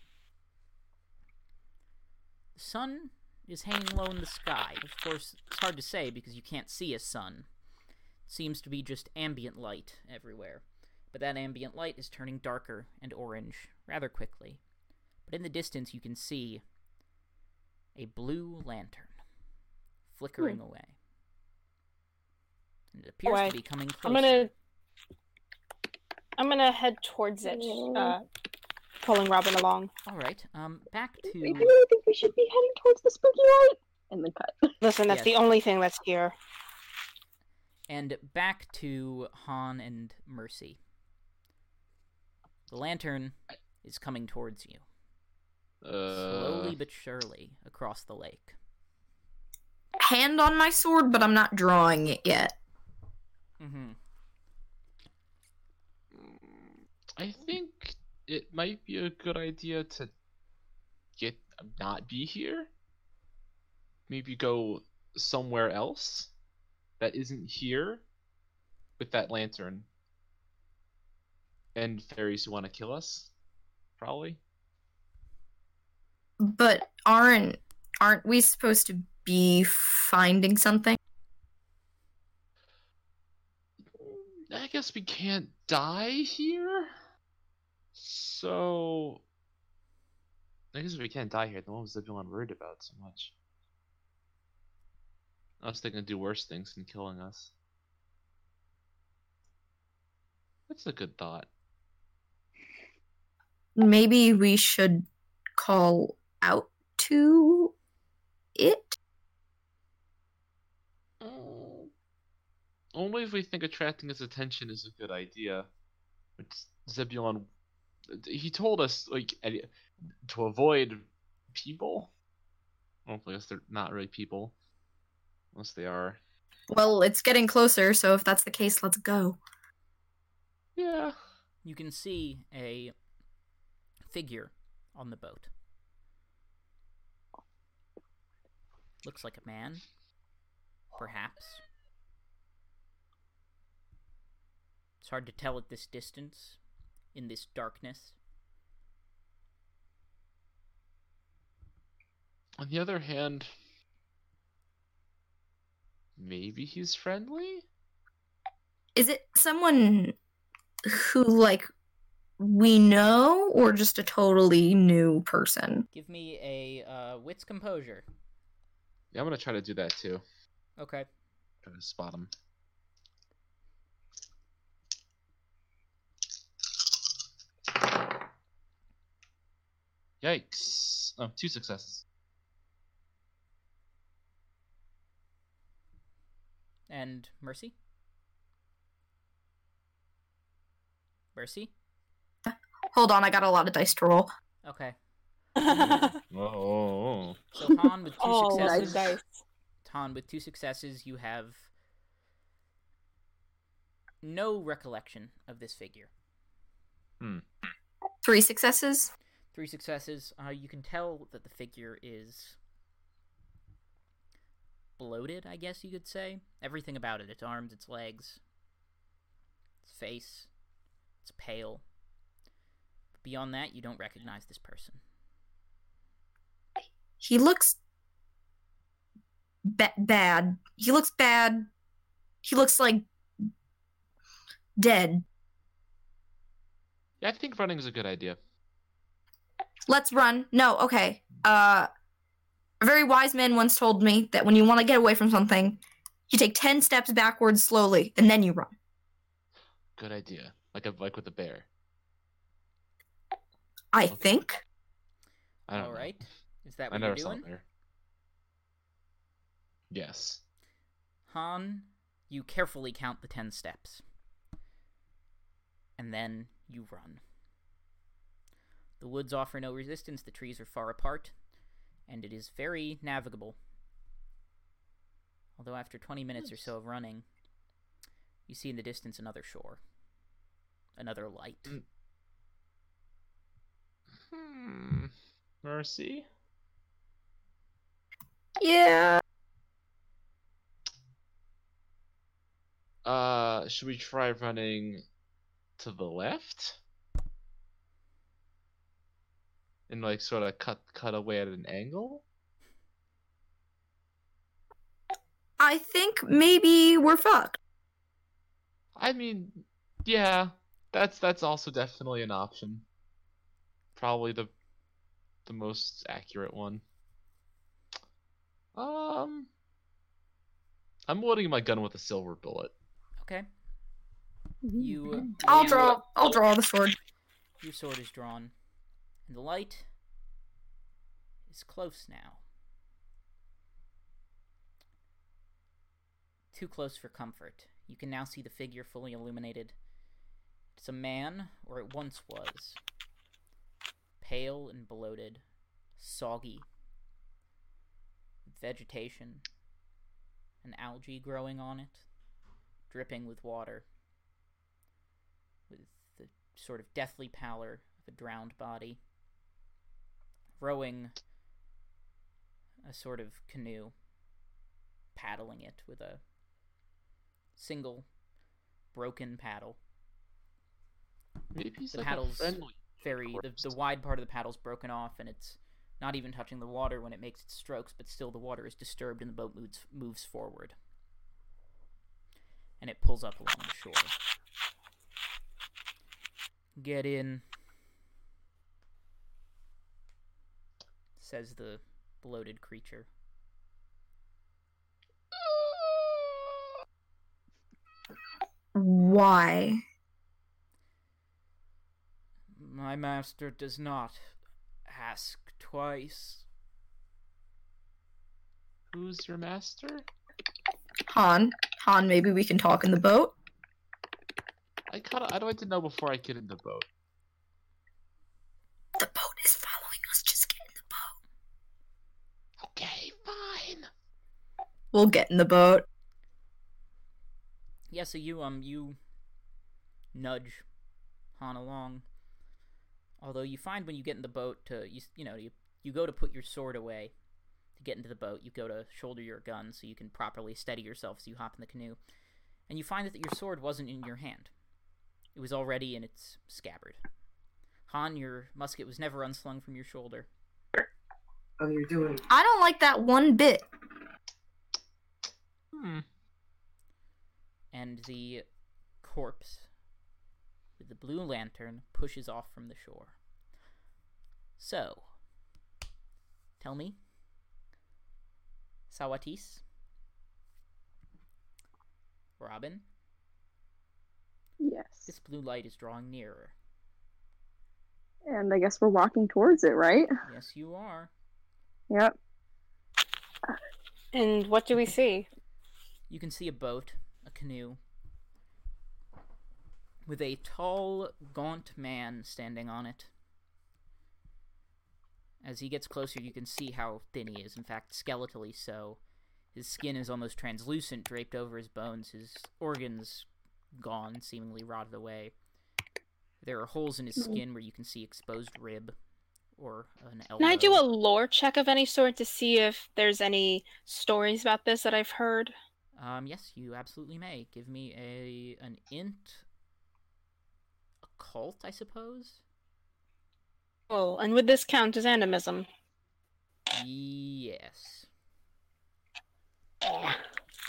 Speaker 1: The sun is hanging low in the sky. Of course, it's hard to say because you can't see a sun. It seems to be just ambient light everywhere. But that ambient light is turning darker and orange rather quickly. But in the distance, you can see a blue lantern flickering away. And it appears
Speaker 2: Hmm. Alright,
Speaker 1: to be coming
Speaker 2: I'm
Speaker 1: closer.
Speaker 2: gonna, I'm gonna head towards it, uh, pulling Robin along.
Speaker 1: All right. Um, back to.
Speaker 3: I really think we should be heading towards the spooky light and then cut.
Speaker 2: Listen, that's the
Speaker 1: Yes.
Speaker 2: only thing that's here.
Speaker 1: And back to Han and Mercy. The lantern is coming towards you,
Speaker 6: Uh,
Speaker 1: slowly but surely, across the lake.
Speaker 4: Hand on my sword, but I'm not drawing it yet.
Speaker 1: Mm-hmm.
Speaker 6: I think it might be a good idea to get not be here. Maybe go somewhere else that isn't here with that lantern. And fairies who want to kill us, probably.
Speaker 4: But aren't aren't we supposed to be finding something?
Speaker 6: I guess we can't die here. So I guess we can't die here. The one was everyone worried about so much. I was thinking do worse things than killing us. That's a good thought.
Speaker 4: Maybe we should call out to it.
Speaker 3: Mm,
Speaker 6: Only if we think attracting his attention is a good idea. Which Zebulon, he told us like any- to avoid people. Well, I guess they're not really people, unless they are.
Speaker 4: Well, it's getting closer, so if that's the case, let's go.
Speaker 6: Yeah.
Speaker 1: You can see a figure on the boat. Looks like a man, perhaps. It's hard to tell at this distance, in this darkness.
Speaker 6: On the other hand, maybe he's friendly.
Speaker 4: Is it someone who like we know or just a totally new person?
Speaker 1: Give me a uh, wits composure.
Speaker 6: Yeah, I'm gonna try to do that too.
Speaker 1: Okay.
Speaker 6: Try to spot him. Yikes! Oh, two successes.
Speaker 1: And Mercy? Mercy?
Speaker 4: Hold on, I got a lot of dice to roll.
Speaker 1: Okay.
Speaker 2: Mm-hmm.
Speaker 6: Oh.
Speaker 1: So Han with two
Speaker 2: oh,
Speaker 1: successes.
Speaker 2: nice.
Speaker 1: Han with two successes, you have no recollection of this figure.
Speaker 4: Three successes.
Speaker 1: Three successes. Uh, you can tell that the figure is bloated, I guess you could say. Everything about it its arms, its legs, its face, it's pale. Beyond that, you don't recognize this person.
Speaker 4: He looks ba- bad. He looks bad. He looks like dead.
Speaker 6: Yeah, I think running is a good idea.
Speaker 4: Let's run. No, okay. Uh, a very wise man once told me that when you want to get away from something, you take 10 steps backwards slowly and then you run.
Speaker 6: Good idea. Like a like with a bear.
Speaker 4: I
Speaker 6: Okay.
Speaker 4: think.
Speaker 6: I don't
Speaker 1: All
Speaker 6: know.
Speaker 1: right. Is that
Speaker 6: I
Speaker 1: what
Speaker 6: never
Speaker 1: you're
Speaker 6: saw a
Speaker 1: doing?
Speaker 6: bear. Yes.
Speaker 1: Han, you carefully count the ten steps. And then you run. The woods offer no resistance, the trees are far apart, and it is very navigable. Although, after 20 minutes or so of running, you see in the distance another shore, another light.
Speaker 6: Mm. Hmm. Mercy.
Speaker 4: Yeah.
Speaker 6: Uh, should we try running to the left? And like sort of cut cut away at an angle.
Speaker 4: I think maybe we're fucked.
Speaker 6: I mean, yeah, that's that's also definitely an option. Probably the the most accurate one. Um, I'm loading my gun with a silver bullet.
Speaker 1: Okay. You,
Speaker 4: I'll
Speaker 1: you-
Speaker 4: draw. I'll draw the sword.
Speaker 1: Your sword is drawn, and the light is close now. Too close for comfort. You can now see the figure fully illuminated. It's a man, or it once was. Pale and bloated, soggy, with vegetation and algae growing on it, dripping with water, with the sort of deathly pallor of a drowned body, rowing a sort of canoe, paddling it with a single broken paddle.
Speaker 6: Maybe he's
Speaker 1: The
Speaker 6: like a
Speaker 1: paddles-
Speaker 6: friendly.
Speaker 1: Very the, the wide part of the paddle's broken off and it's not even touching the water when it makes its strokes, but still the water is disturbed and the boat moves moves forward. And it pulls up along the shore. Get in. Says the bloated creature.
Speaker 4: Why?
Speaker 1: My master does not ask twice.
Speaker 6: Who's your master?
Speaker 4: Han. Han. Maybe we can talk in the boat.
Speaker 6: I kind of I'd like to know before I get in the boat.
Speaker 4: The boat is following us. Just get in the boat.
Speaker 6: Okay, fine.
Speaker 4: We'll get in the boat.
Speaker 1: Yeah, so you um you nudge Han along. Although you find when you get in the boat to you s- you know you you go to put your sword away to get into the boat, you go to shoulder your gun so you can properly steady yourself as you hop in the canoe, and you find that your sword wasn't in your hand. It was already in its scabbard. Han, your musket was never unslung from your shoulder.
Speaker 8: Oh, you're doing.
Speaker 4: I don't like that one bit.
Speaker 6: Hmm.
Speaker 1: and the corpse with the blue lantern pushes off from the shore. So, tell me, Sawatis, Robin,
Speaker 3: Yes.
Speaker 1: this blue light is drawing nearer.
Speaker 3: And I guess we're walking towards it, right?
Speaker 1: Yes, you are.
Speaker 3: Yep.
Speaker 2: And what do we see?
Speaker 1: You can see a boat, a canoe, with a tall, gaunt man standing on it. As he gets closer, you can see how thin he is. In fact, skeletally so. His skin is almost translucent, draped over his bones, his organs gone, seemingly rotted away. There are holes in his skin where you can see exposed rib or an elbow.
Speaker 2: Can I do a lore check of any sort to see if there's any stories about this that I've heard?
Speaker 1: Um, yes, you absolutely may. Give me a an int occult, I suppose.
Speaker 2: Oh, and would this count as animism?
Speaker 1: Yes.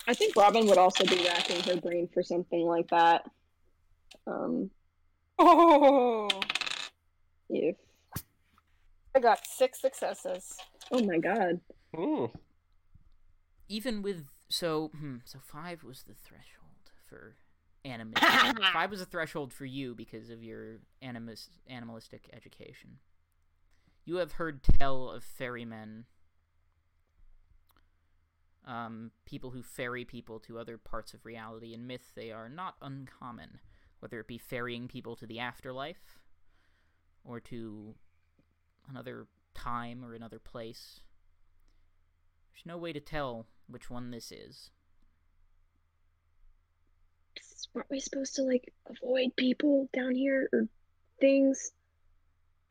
Speaker 3: I think Robin would also be racking her brain for something like that. Um,
Speaker 2: Oh,
Speaker 3: if
Speaker 2: I got six successes.
Speaker 3: oh my god,
Speaker 6: Ooh.
Speaker 1: Even with so hmm, so five was the threshold for animism. five was the threshold for you because of your animus animalistic education. You have heard tell of ferrymen. Um, people who ferry people to other parts of reality and myth, they are not uncommon. Whether it be ferrying people to the afterlife, or to another time or another place. There's no way to tell which one this is.
Speaker 7: Weren't we supposed to like avoid people down here or things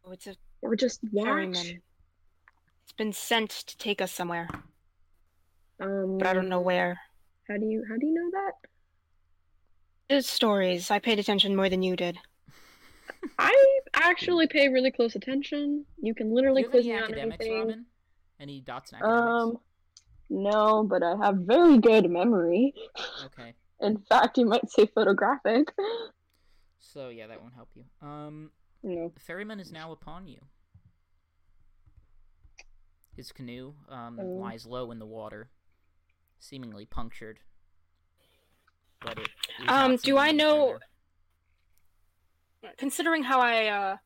Speaker 2: Oh, it's a
Speaker 7: or just watch?
Speaker 2: ferryman. It's been sent to take us somewhere,
Speaker 7: Um,
Speaker 2: but I don't know where.
Speaker 7: How do you how do you know that?
Speaker 2: There's stories. I paid attention more than you did.
Speaker 7: I actually pay really close attention. You can
Speaker 1: Do
Speaker 7: literally
Speaker 1: you have
Speaker 7: quiz
Speaker 1: any
Speaker 7: me on
Speaker 1: academics,
Speaker 7: anything.
Speaker 1: Robin? Any dots in academics?
Speaker 3: um, no, but I have very good memory.
Speaker 1: okay.
Speaker 3: In fact, you might say photographic.
Speaker 1: So yeah, that won't help you. Um,
Speaker 3: No,
Speaker 1: the ferryman is now upon you. His canoe um,
Speaker 3: Oh.
Speaker 1: lies low in the water, seemingly punctured. But it is
Speaker 2: Um,
Speaker 1: not
Speaker 2: do I
Speaker 1: sinking
Speaker 2: know-
Speaker 1: further.
Speaker 2: Considering how I uh,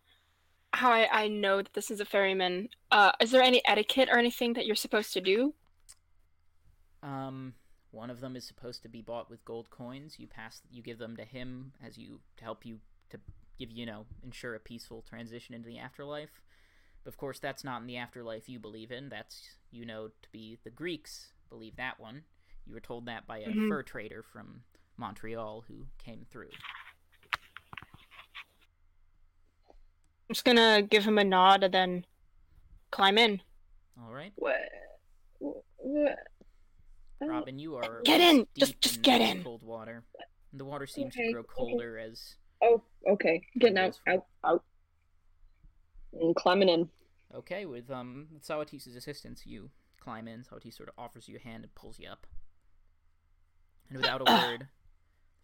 Speaker 2: how I, I know that this is a ferryman, uh, is there any etiquette or anything that you're supposed to do?
Speaker 1: Um, one of them is supposed to be bought with gold coins. You pass, you give them to him as you to help you to give you know ensure a peaceful transition into the afterlife. But of course, that's not in the afterlife you believe in. That's you know to be the Greeks believe that one. You were told that by a
Speaker 2: Mhm.
Speaker 1: fur trader from Montreal who came through.
Speaker 2: I'm just gonna give him a nod and then climb in.
Speaker 1: All right,
Speaker 7: What? what? Oh,
Speaker 1: Robin, you are
Speaker 2: Get in! Just-
Speaker 1: deep
Speaker 2: just get in.
Speaker 1: cold water. And the water seems
Speaker 7: Okay,
Speaker 1: to grow
Speaker 7: okay.
Speaker 1: colder as
Speaker 7: Oh, Okay, getting out. out.
Speaker 3: and climbing in.
Speaker 1: Okay, with um Sawatis's assistance, you climb in. Sawatis sort of offers you a hand and pulls you up. And without a word,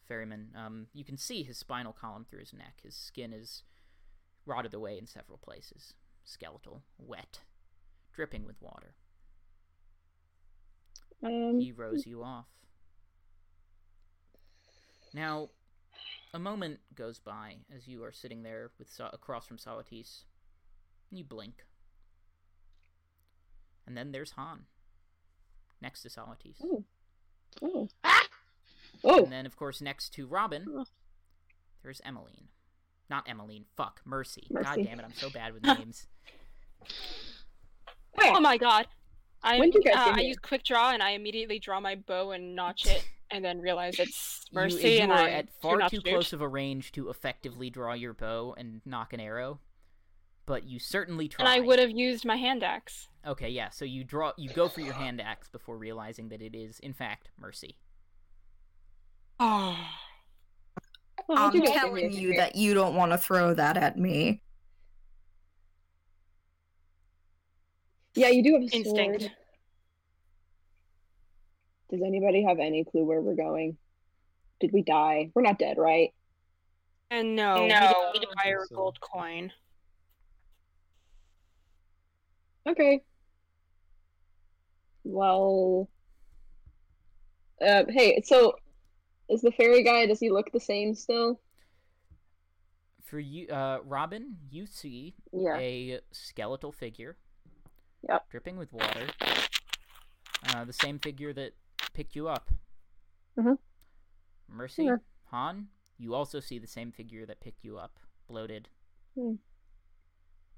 Speaker 1: ferryman, um, you can see his spinal column through his neck. His skin is rotted away in several places, skeletal, wet, dripping with water.
Speaker 3: Um,
Speaker 1: He rows you off. Now, a moment goes by as you are sitting there with Sa- across from Sawatis. and You blink. And then there's Han next to Sawatis.
Speaker 3: Oh. oh,
Speaker 7: Oh,
Speaker 1: Ah! And then of course next to Robin
Speaker 3: Oh.
Speaker 1: there's Emmeline. Not Emmeline, fuck, Mercy. God
Speaker 3: Mercy.
Speaker 1: damn it, I'm so bad with names.
Speaker 2: Oh my god! I
Speaker 7: When did you guys
Speaker 2: uh,
Speaker 7: get
Speaker 2: I
Speaker 7: here?
Speaker 2: use quick draw and I immediately draw my bow and notch it, and then realize it's
Speaker 1: You-
Speaker 2: mercy.
Speaker 1: you,
Speaker 2: and
Speaker 1: are
Speaker 2: I
Speaker 1: at
Speaker 2: do
Speaker 1: far
Speaker 2: not
Speaker 1: too
Speaker 2: shoot.
Speaker 1: close of a range to effectively draw your bow and knock an arrow. But you certainly try.
Speaker 2: And I would have used my hand axe.
Speaker 1: Okay, yeah. So you draw, you go for your hand axe before realizing that it is, in fact, mercy.
Speaker 2: Oh.
Speaker 7: oh, how'd
Speaker 4: I'm
Speaker 7: you guys get
Speaker 4: telling
Speaker 7: here?
Speaker 4: you that you don't want to throw that at me.
Speaker 7: Yeah, you do have a
Speaker 2: Instinct.
Speaker 7: sword.
Speaker 3: does anybody have any clue where we're going? Did we die? We're not dead, right?
Speaker 2: And
Speaker 7: No,
Speaker 2: no, we
Speaker 6: we
Speaker 2: didn't
Speaker 6: don't
Speaker 2: acquire
Speaker 6: think
Speaker 2: a
Speaker 6: so.
Speaker 2: gold coin.
Speaker 3: Okay. Well, uh, hey, so is the fairy guy? Does he look the same still?
Speaker 1: For you, uh, Robin, you see
Speaker 3: Yeah.
Speaker 1: a skeletal figure,
Speaker 3: Yep.
Speaker 1: dripping with water. Uh, the same figure that picked you up.
Speaker 3: Mhm.
Speaker 1: Mercy,
Speaker 3: Yeah.
Speaker 1: Han, You also see the same figure that picked you up, bloated.
Speaker 3: Hmm.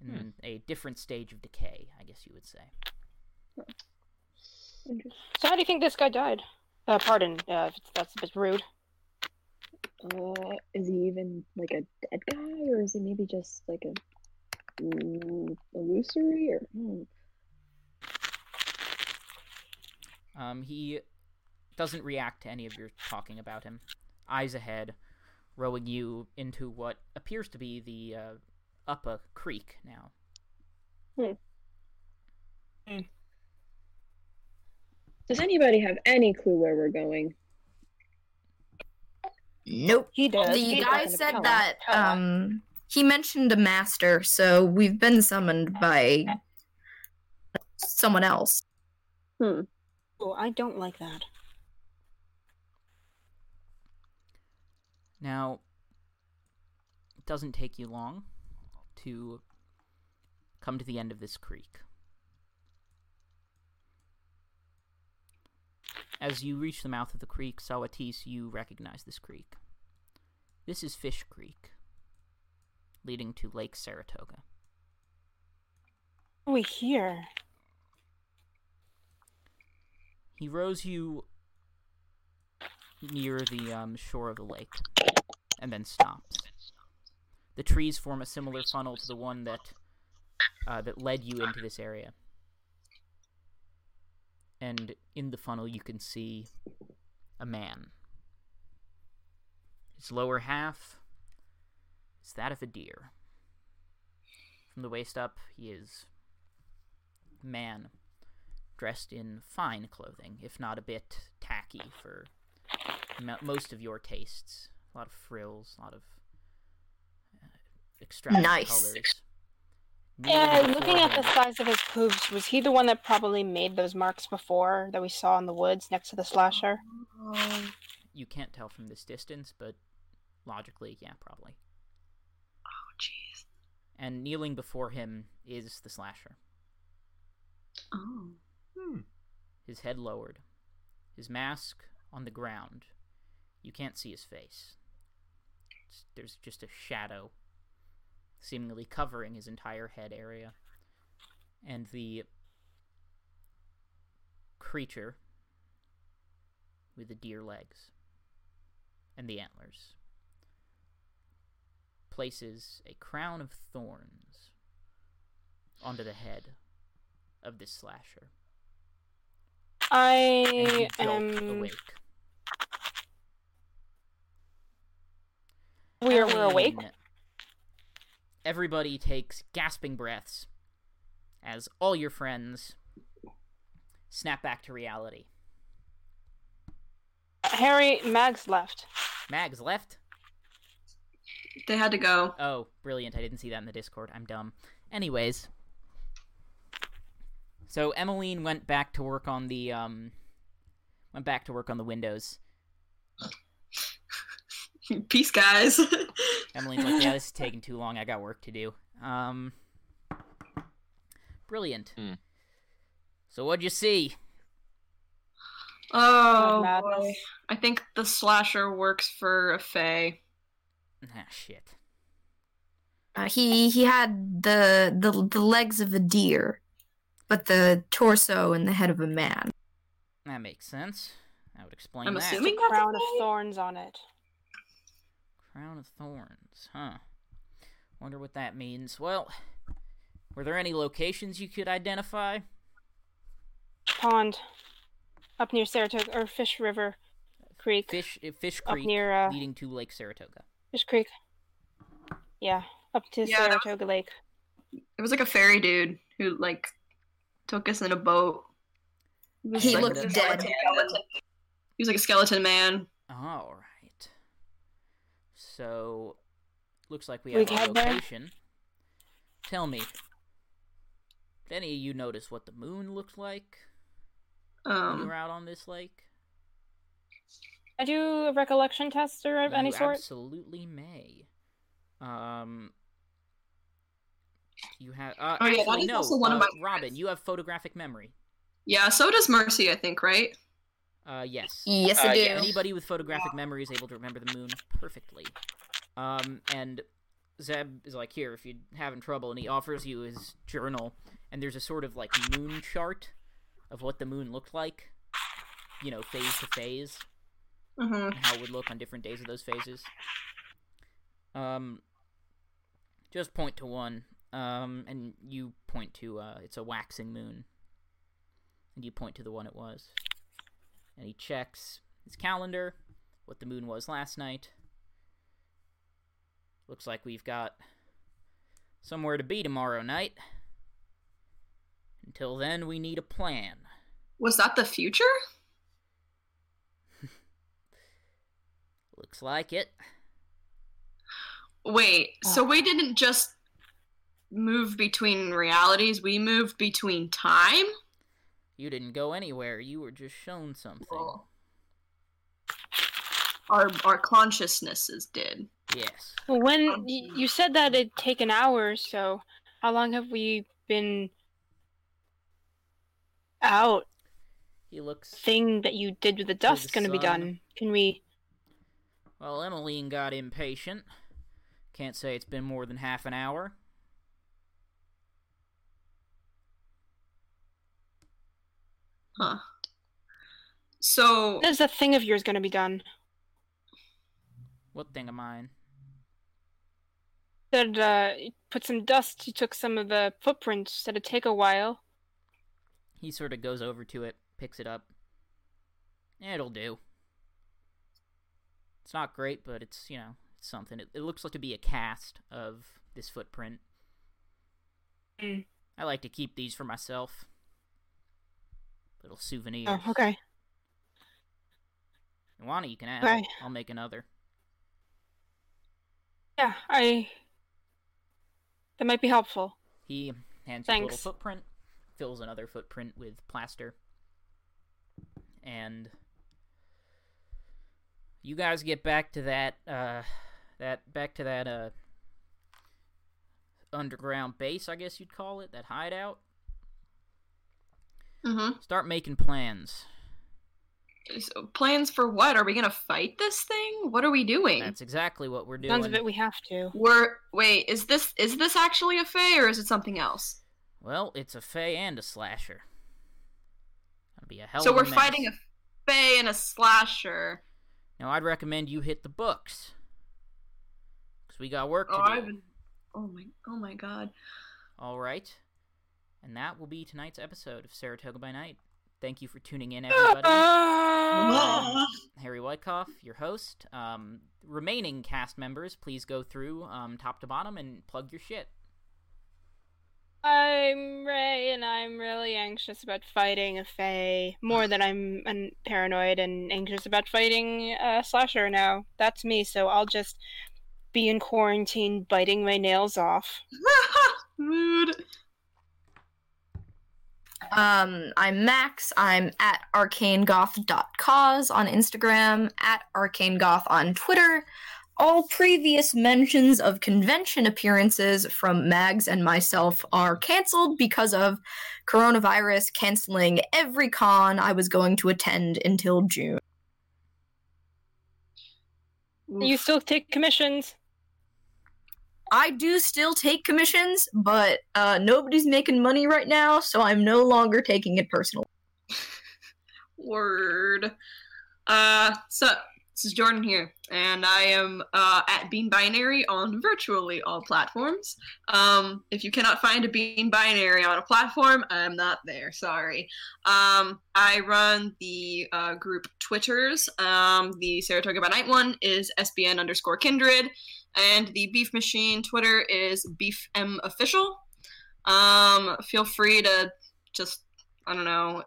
Speaker 1: In a different stage of decay, I guess you would say.
Speaker 2: So how do you think this guy died? Uh, pardon, uh, if it's- that's a bit rude.
Speaker 7: Uh, is he even like a dead guy, or is he maybe just like a mm, illusory? Or hmm.
Speaker 1: Um, he doesn't react to any of your talking about him. Eyes ahead, rowing you into what appears to be the uh, Upper Creek now.
Speaker 7: does anybody have any clue where we're going?
Speaker 4: Nope.
Speaker 2: He does.
Speaker 4: The
Speaker 2: He
Speaker 4: guy
Speaker 2: does.
Speaker 4: said
Speaker 2: Tell him.
Speaker 4: that
Speaker 2: Tell him.
Speaker 4: um he mentioned a master, so we've been summoned by someone else.
Speaker 2: Oh, I don't like that.
Speaker 1: Now, it doesn't take you long to come to the end of this creek. As you reach the mouth of the creek, Sawatis, you recognize this creek. This is Fish Creek, leading to Lake Saratoga.
Speaker 2: Are we here?
Speaker 1: He rows you near the um, shore of the lake and then stops. The trees form a similar funnel to the one that uh, that led you into this area. And in the funnel, you can see a man. His lower half is that of a deer. From the waist up, he is man dressed in fine clothing, if not a bit tacky for mo most of your tastes. A lot of frills, a lot of uh, extravagant
Speaker 4: Nice.
Speaker 1: colors.
Speaker 2: Yeah, looking at the size of his hooves, was he the one that probably made those marks before that we saw in the woods next to the slasher?
Speaker 1: you can't tell from this distance, but logically, yeah, probably. Oh,
Speaker 2: Oh,
Speaker 1: jeez. And kneeling before him is the slasher,
Speaker 5: Oh.
Speaker 6: Hmm.
Speaker 1: his head lowered, his mask on the ground. You can't see his face. It's- There's just a shadow, seemingly covering his entire head area. And the creature with the deer legs and the antlers places a crown of thorns onto the head of this slasher. And um, you
Speaker 2: I
Speaker 1: jolt
Speaker 2: am.
Speaker 1: awake.
Speaker 2: We're, we're awake.
Speaker 1: Eileen, Everybody takes gasping breaths as all your friends snap back to reality.
Speaker 2: Harry, Mag's left.
Speaker 1: Mags left.
Speaker 8: They had to go.
Speaker 1: Oh, brilliant. I didn't see that in the Discord. I'm dumb. Anyways. So Emmeline went back to work on the um went back to work on the windows.
Speaker 8: Peace, guys.
Speaker 1: Emmeline's like, yeah, this is taking too long. I got work to do. Um, brilliant.
Speaker 6: Hmm.
Speaker 1: So what'd you see?
Speaker 2: Mad
Speaker 8: oh,
Speaker 2: Madness.
Speaker 8: boy. I think the slasher works for a fae.
Speaker 1: Ah, shit.
Speaker 4: Uh, he he had the, the the legs of a deer, but the torso and the head of a man.
Speaker 1: That makes sense. That would explain
Speaker 8: I'm
Speaker 1: that.
Speaker 8: assuming that's
Speaker 2: Crown
Speaker 8: a
Speaker 2: of thorns on it.
Speaker 1: Crown of Thorns, huh? Wonder what that means. Well, were there any locations you could identify?
Speaker 2: Pond. Up near Saratoga, or Fish River Creek.
Speaker 1: Fish, uh, Fish
Speaker 2: Up
Speaker 1: Creek
Speaker 2: near, uh,
Speaker 1: leading to Lake Saratoga.
Speaker 2: Fish Creek. Yeah, up to
Speaker 8: Yeah, that was-
Speaker 2: Saratoga Lake.
Speaker 8: It was like a fairy dude who like took us in a boat. was
Speaker 4: He
Speaker 8: like
Speaker 4: looked
Speaker 8: a
Speaker 4: dead.
Speaker 8: skeleton. He was like a skeleton man.
Speaker 1: All right. So, looks like we
Speaker 2: We
Speaker 1: have a
Speaker 2: got there?
Speaker 1: location. Tell me, did any of you notice what the moon looked like when you
Speaker 8: Um,
Speaker 1: were out on this lake?
Speaker 2: I do a recollection test or of any
Speaker 1: you
Speaker 2: sort.
Speaker 1: absolutely may. Um, you have. Uh,
Speaker 8: Oh, yeah, that
Speaker 1: actually,
Speaker 8: is
Speaker 1: no,
Speaker 8: also one of
Speaker 1: uh,
Speaker 8: my
Speaker 1: Robin, you have photographic memory.
Speaker 8: yeah, so does Mercy, I think, right?
Speaker 1: Uh, yes.
Speaker 4: Yes, I
Speaker 8: Uh,
Speaker 4: do.
Speaker 8: yeah.
Speaker 1: Anybody with photographic memory is able to remember the moon perfectly. Um, and Zeb is like, here, if you're having trouble, and he offers you his journal, and there's a sort of like moon chart of what the moon looked like, you know, phase to phase,
Speaker 8: Mm-hmm.
Speaker 1: and how it would look on different days of those phases. Um, just point to one, um, and you point to uh, it's a waxing moon, and you point to the one it was, and he checks his calendar, what the moon was last night. Looks like we've got somewhere to be tomorrow night. Until then, we need a plan.
Speaker 8: Was that the future?
Speaker 1: Looks like it.
Speaker 8: Wait,
Speaker 4: Oh.
Speaker 8: so we didn't just move between realities, we moved between time?
Speaker 1: You didn't go anywhere. You were just shown something.
Speaker 8: Well, Our our consciousnesses did.
Speaker 1: Yes.
Speaker 2: Well, when y- you said that it'd take an hour or so, how long have we been out?
Speaker 1: He looks
Speaker 2: Thing that you did with the dust going to be
Speaker 1: sun.
Speaker 2: done? Can we?
Speaker 1: Well, Emmeline got impatient. Can't say it's been more than half an hour.
Speaker 8: Huh. So
Speaker 2: There's a thing of yours going to be done.
Speaker 1: What thing of mine?
Speaker 2: Said uh, you put some dust. You took some of the footprints. Said it'd take a while.
Speaker 1: He sort of goes over to it, picks it up. It'll do. It's not great, but it's, you know, it's something. It, it looks like to be a cast of this footprint.
Speaker 2: Hmm.
Speaker 1: I like to keep these for myself. Little souvenirs.
Speaker 2: Oh, okay.
Speaker 1: You want it, you can have it.
Speaker 2: Right.
Speaker 1: I'll make another.
Speaker 2: Yeah, I. That might be helpful.
Speaker 1: He hands you a little
Speaker 2: Thanks.
Speaker 1: footprint, fills another footprint with plaster, and you guys get back to that uh, that back to that uh, underground base, I guess you'd call it, that hideout.
Speaker 8: mhm.
Speaker 1: Start making plans.
Speaker 8: So plans for what? Are we gonna fight this thing? What are we doing?
Speaker 1: That's exactly what we're
Speaker 2: Sounds of it,
Speaker 1: doing.
Speaker 2: we have to.
Speaker 8: We're wait, is this is this actually a fey or is it something else?
Speaker 1: Well, it's a fey and a slasher. Gonna be a hell.
Speaker 8: so
Speaker 1: of a
Speaker 8: we're
Speaker 1: mess.
Speaker 8: fighting a fey and a slasher.
Speaker 1: Now, I'd recommend you hit the books, cause we got work to
Speaker 8: Oh,
Speaker 1: do.
Speaker 8: I've been. Oh my! Oh my God!
Speaker 1: All right. And that will be tonight's episode of Saratoga by Night. Thank you for tuning in, everybody.
Speaker 5: Ah.
Speaker 1: Harry Wyckoff, your host. Um, remaining cast members, please go through um, top to bottom and plug your shit.
Speaker 2: I'm Ray, and I'm really anxious about fighting a Fae more than I'm an paranoid and anxious about fighting a slasher. Now that's me, so I'll just be in quarantine, biting my nails off.
Speaker 8: Mood.
Speaker 4: Um, I'm Max. I'm at arcanegoth.cause on Instagram, at arcanegoth on Twitter. All previous mentions of convention appearances from Mags and myself are canceled because of coronavirus canceling every con I was going to attend until June.
Speaker 2: You still take commissions?
Speaker 4: I do still take commissions, but uh, nobody's making money right now, so I'm no longer taking it personally.
Speaker 8: Word. Uh, so this is Jordan here, and I am uh, at Bean Binary on virtually all platforms. Um, if you cannot find a Bean Binary on a platform, I'm not there. Sorry. Um, I run the uh, group Twitters. Um, the Saratoga by Night one is SBN underscore Kindred, and the Beef Machine Twitter is BeefM Official. Um, feel free to just I don't know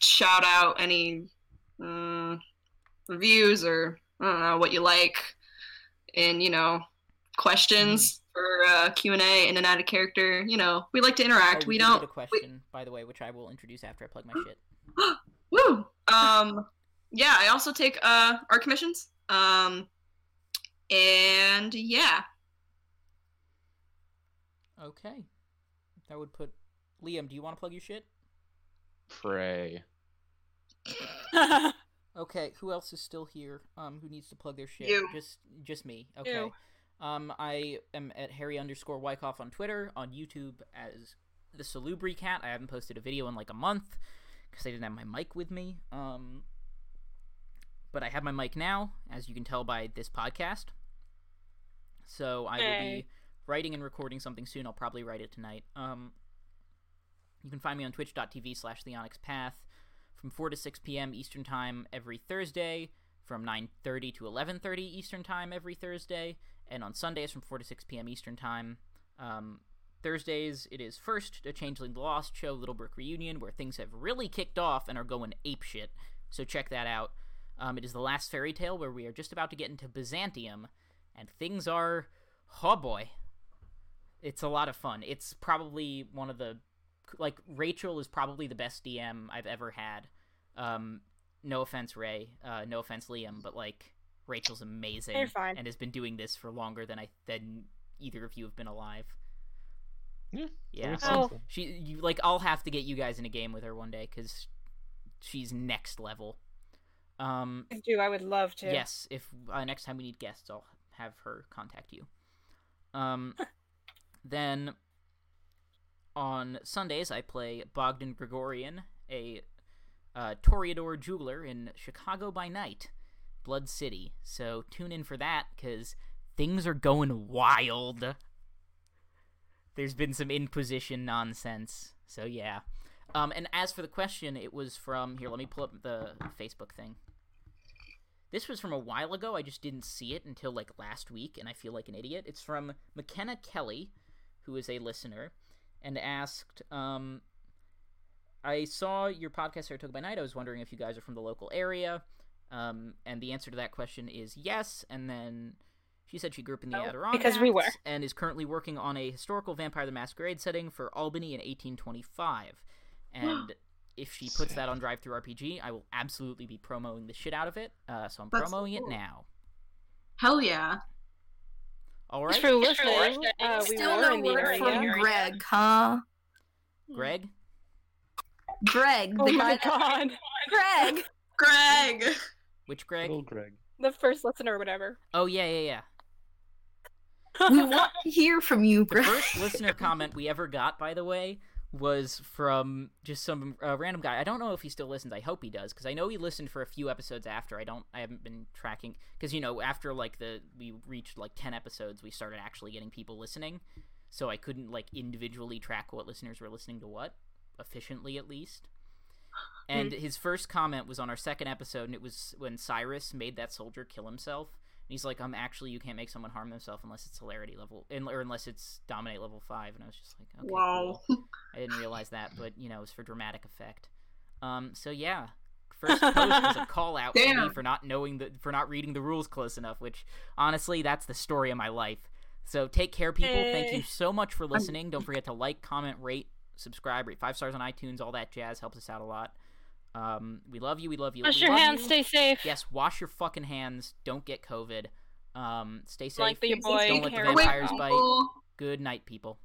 Speaker 8: shout out any mm, reviews or I don't know what you like, and you know questions for uh, Q and A in and out of character. You know we like to interact.
Speaker 1: Oh,
Speaker 8: we
Speaker 1: did get
Speaker 8: don't.
Speaker 1: a question, by the way, which I will introduce after I plug my shit.
Speaker 8: Woo! Um, yeah, I also take uh art commissions. Um, and yeah,
Speaker 1: Okay. That would put. Liam, do you want to plug your shit?
Speaker 6: Pray.
Speaker 1: Okay, who else is still here? Um, who needs to plug their shit?
Speaker 8: You.
Speaker 1: Just, just me. Okay.
Speaker 2: You.
Speaker 1: Um, I am at Harry underscore Wyckoff on Twitter, on YouTube as the Salubri Cat. I haven't posted a video in like a month because I didn't have my mic with me. Um, but I have my mic now, as you can tell by this podcast. So I will
Speaker 2: Hey.
Speaker 1: be writing and recording something soon. I'll probably write it tonight. Um, you can find me on twitch.tv slash the Onyx Path from 4 to 6 p.m. Eastern Time every Thursday, from 9.30 to 11.30 Eastern Time every Thursday, and on Sundays from 4 to 6 p.m. Eastern Time. Um, Thursdays, it is first a Changeling the Lost show, Little Brick Reunion, where things have really kicked off and are going apeshit, so check that out. Um, it is the last fairy tale where we are just about to get into Byzantium, and things are, oh boy, it's a lot of fun. It's probably one of the like Rachel is probably the best DM I've ever had. Um, no offense, Ray. Uh, no offense, Liam. But like, Rachel's amazing
Speaker 2: You're fine.
Speaker 1: and has been doing this for longer than I than either of you have been alive.
Speaker 6: Yeah,
Speaker 1: Yeah.
Speaker 6: Makes
Speaker 2: Oh.
Speaker 6: sense.
Speaker 1: She you like I'll have to get you guys in a game with her one day cuz she's next level. Um
Speaker 2: I do. I would love to.
Speaker 1: yes, if uh, next time we need guests I'll have her contact you. Um then on Sundays I play Bogdan Gregorian, a uh, Toreador jeweler in Chicago by night, Blood City. So tune in for that cuz things are going wild there's been some Inquisition nonsense. So yeah. Um, and as for the question, it was from here. Let me pull up the Facebook thing. This was from a while ago. I just didn't see it until like last week, and I feel like an idiot. It's from McKenna Kelly, who is a listener, and asked, um, "I saw your podcast Saratoga by Night. I was wondering if you guys are from the local area." Um, and the answer to that question is yes. And then she said she grew up in the
Speaker 2: Oh,
Speaker 1: Adirondacks
Speaker 2: because we were.
Speaker 1: and is currently working on a historical Vampire the Masquerade setting for Albany in 1825. And if she puts that on Drive Through RPG, I will absolutely be promoting the shit out of it. Uh, so I'm
Speaker 8: That's
Speaker 1: promoting
Speaker 8: cool.
Speaker 1: it now.
Speaker 8: Hell yeah.
Speaker 1: All
Speaker 2: Thanks
Speaker 1: right,
Speaker 2: for
Speaker 5: Thanks for
Speaker 2: listening.
Speaker 5: listening.
Speaker 2: Uh, we
Speaker 4: Still
Speaker 2: were
Speaker 4: no
Speaker 2: in the
Speaker 4: word
Speaker 2: area.
Speaker 4: from Greg, huh?
Speaker 1: Greg.
Speaker 4: Greg,
Speaker 2: Oh
Speaker 4: the guy.
Speaker 2: my
Speaker 4: that-
Speaker 2: god.
Speaker 4: Greg.
Speaker 8: Greg!
Speaker 1: Which Greg?
Speaker 6: Little Greg.
Speaker 2: The first listener or whatever.
Speaker 1: Oh yeah, yeah, yeah.
Speaker 4: we want to hear from you,
Speaker 1: The
Speaker 4: Greg.
Speaker 1: first listener comment we ever got, by the way, was from just some uh, random guy. I don't know if he still listens. I hope he does because I know he listened for a few episodes after. I don't. I haven't been tracking because you know after like the we reached like ten episodes, we started actually getting people listening. So I couldn't like individually track what listeners were listening to what efficiently at least. And his first comment was on our second episode, and it was when Cyrus made that soldier kill himself. And he's like, "Um, actually, you can't make someone harm themselves unless it's hilarity level, and or unless it's dominate level five. And I was just like, "Okay,
Speaker 8: Wow.
Speaker 1: cool. I didn't realize that, but you know, it was for dramatic effect. Um, so yeah, first post was a call out for me
Speaker 8: Damn.
Speaker 1: for not knowing the for not reading the rules close enough. Which honestly, that's the story of my life. So take care, people. Thank
Speaker 2: Hey.
Speaker 1: you so much for listening. Don't forget to like, comment, rate, subscribe, rate five stars on iTunes. All that jazz helps us out a lot. Um, we love you. We love you.
Speaker 2: Wash
Speaker 1: we
Speaker 2: your
Speaker 1: love
Speaker 2: hands.
Speaker 1: you.
Speaker 2: Stay safe.
Speaker 1: Yes, wash your fucking hands. Don't get COVID. Um, stay safe.
Speaker 2: Like the your boy
Speaker 1: Don't let the
Speaker 2: Harry.
Speaker 1: vampires
Speaker 8: Wait,
Speaker 1: bite.
Speaker 8: people.
Speaker 1: Good night, people.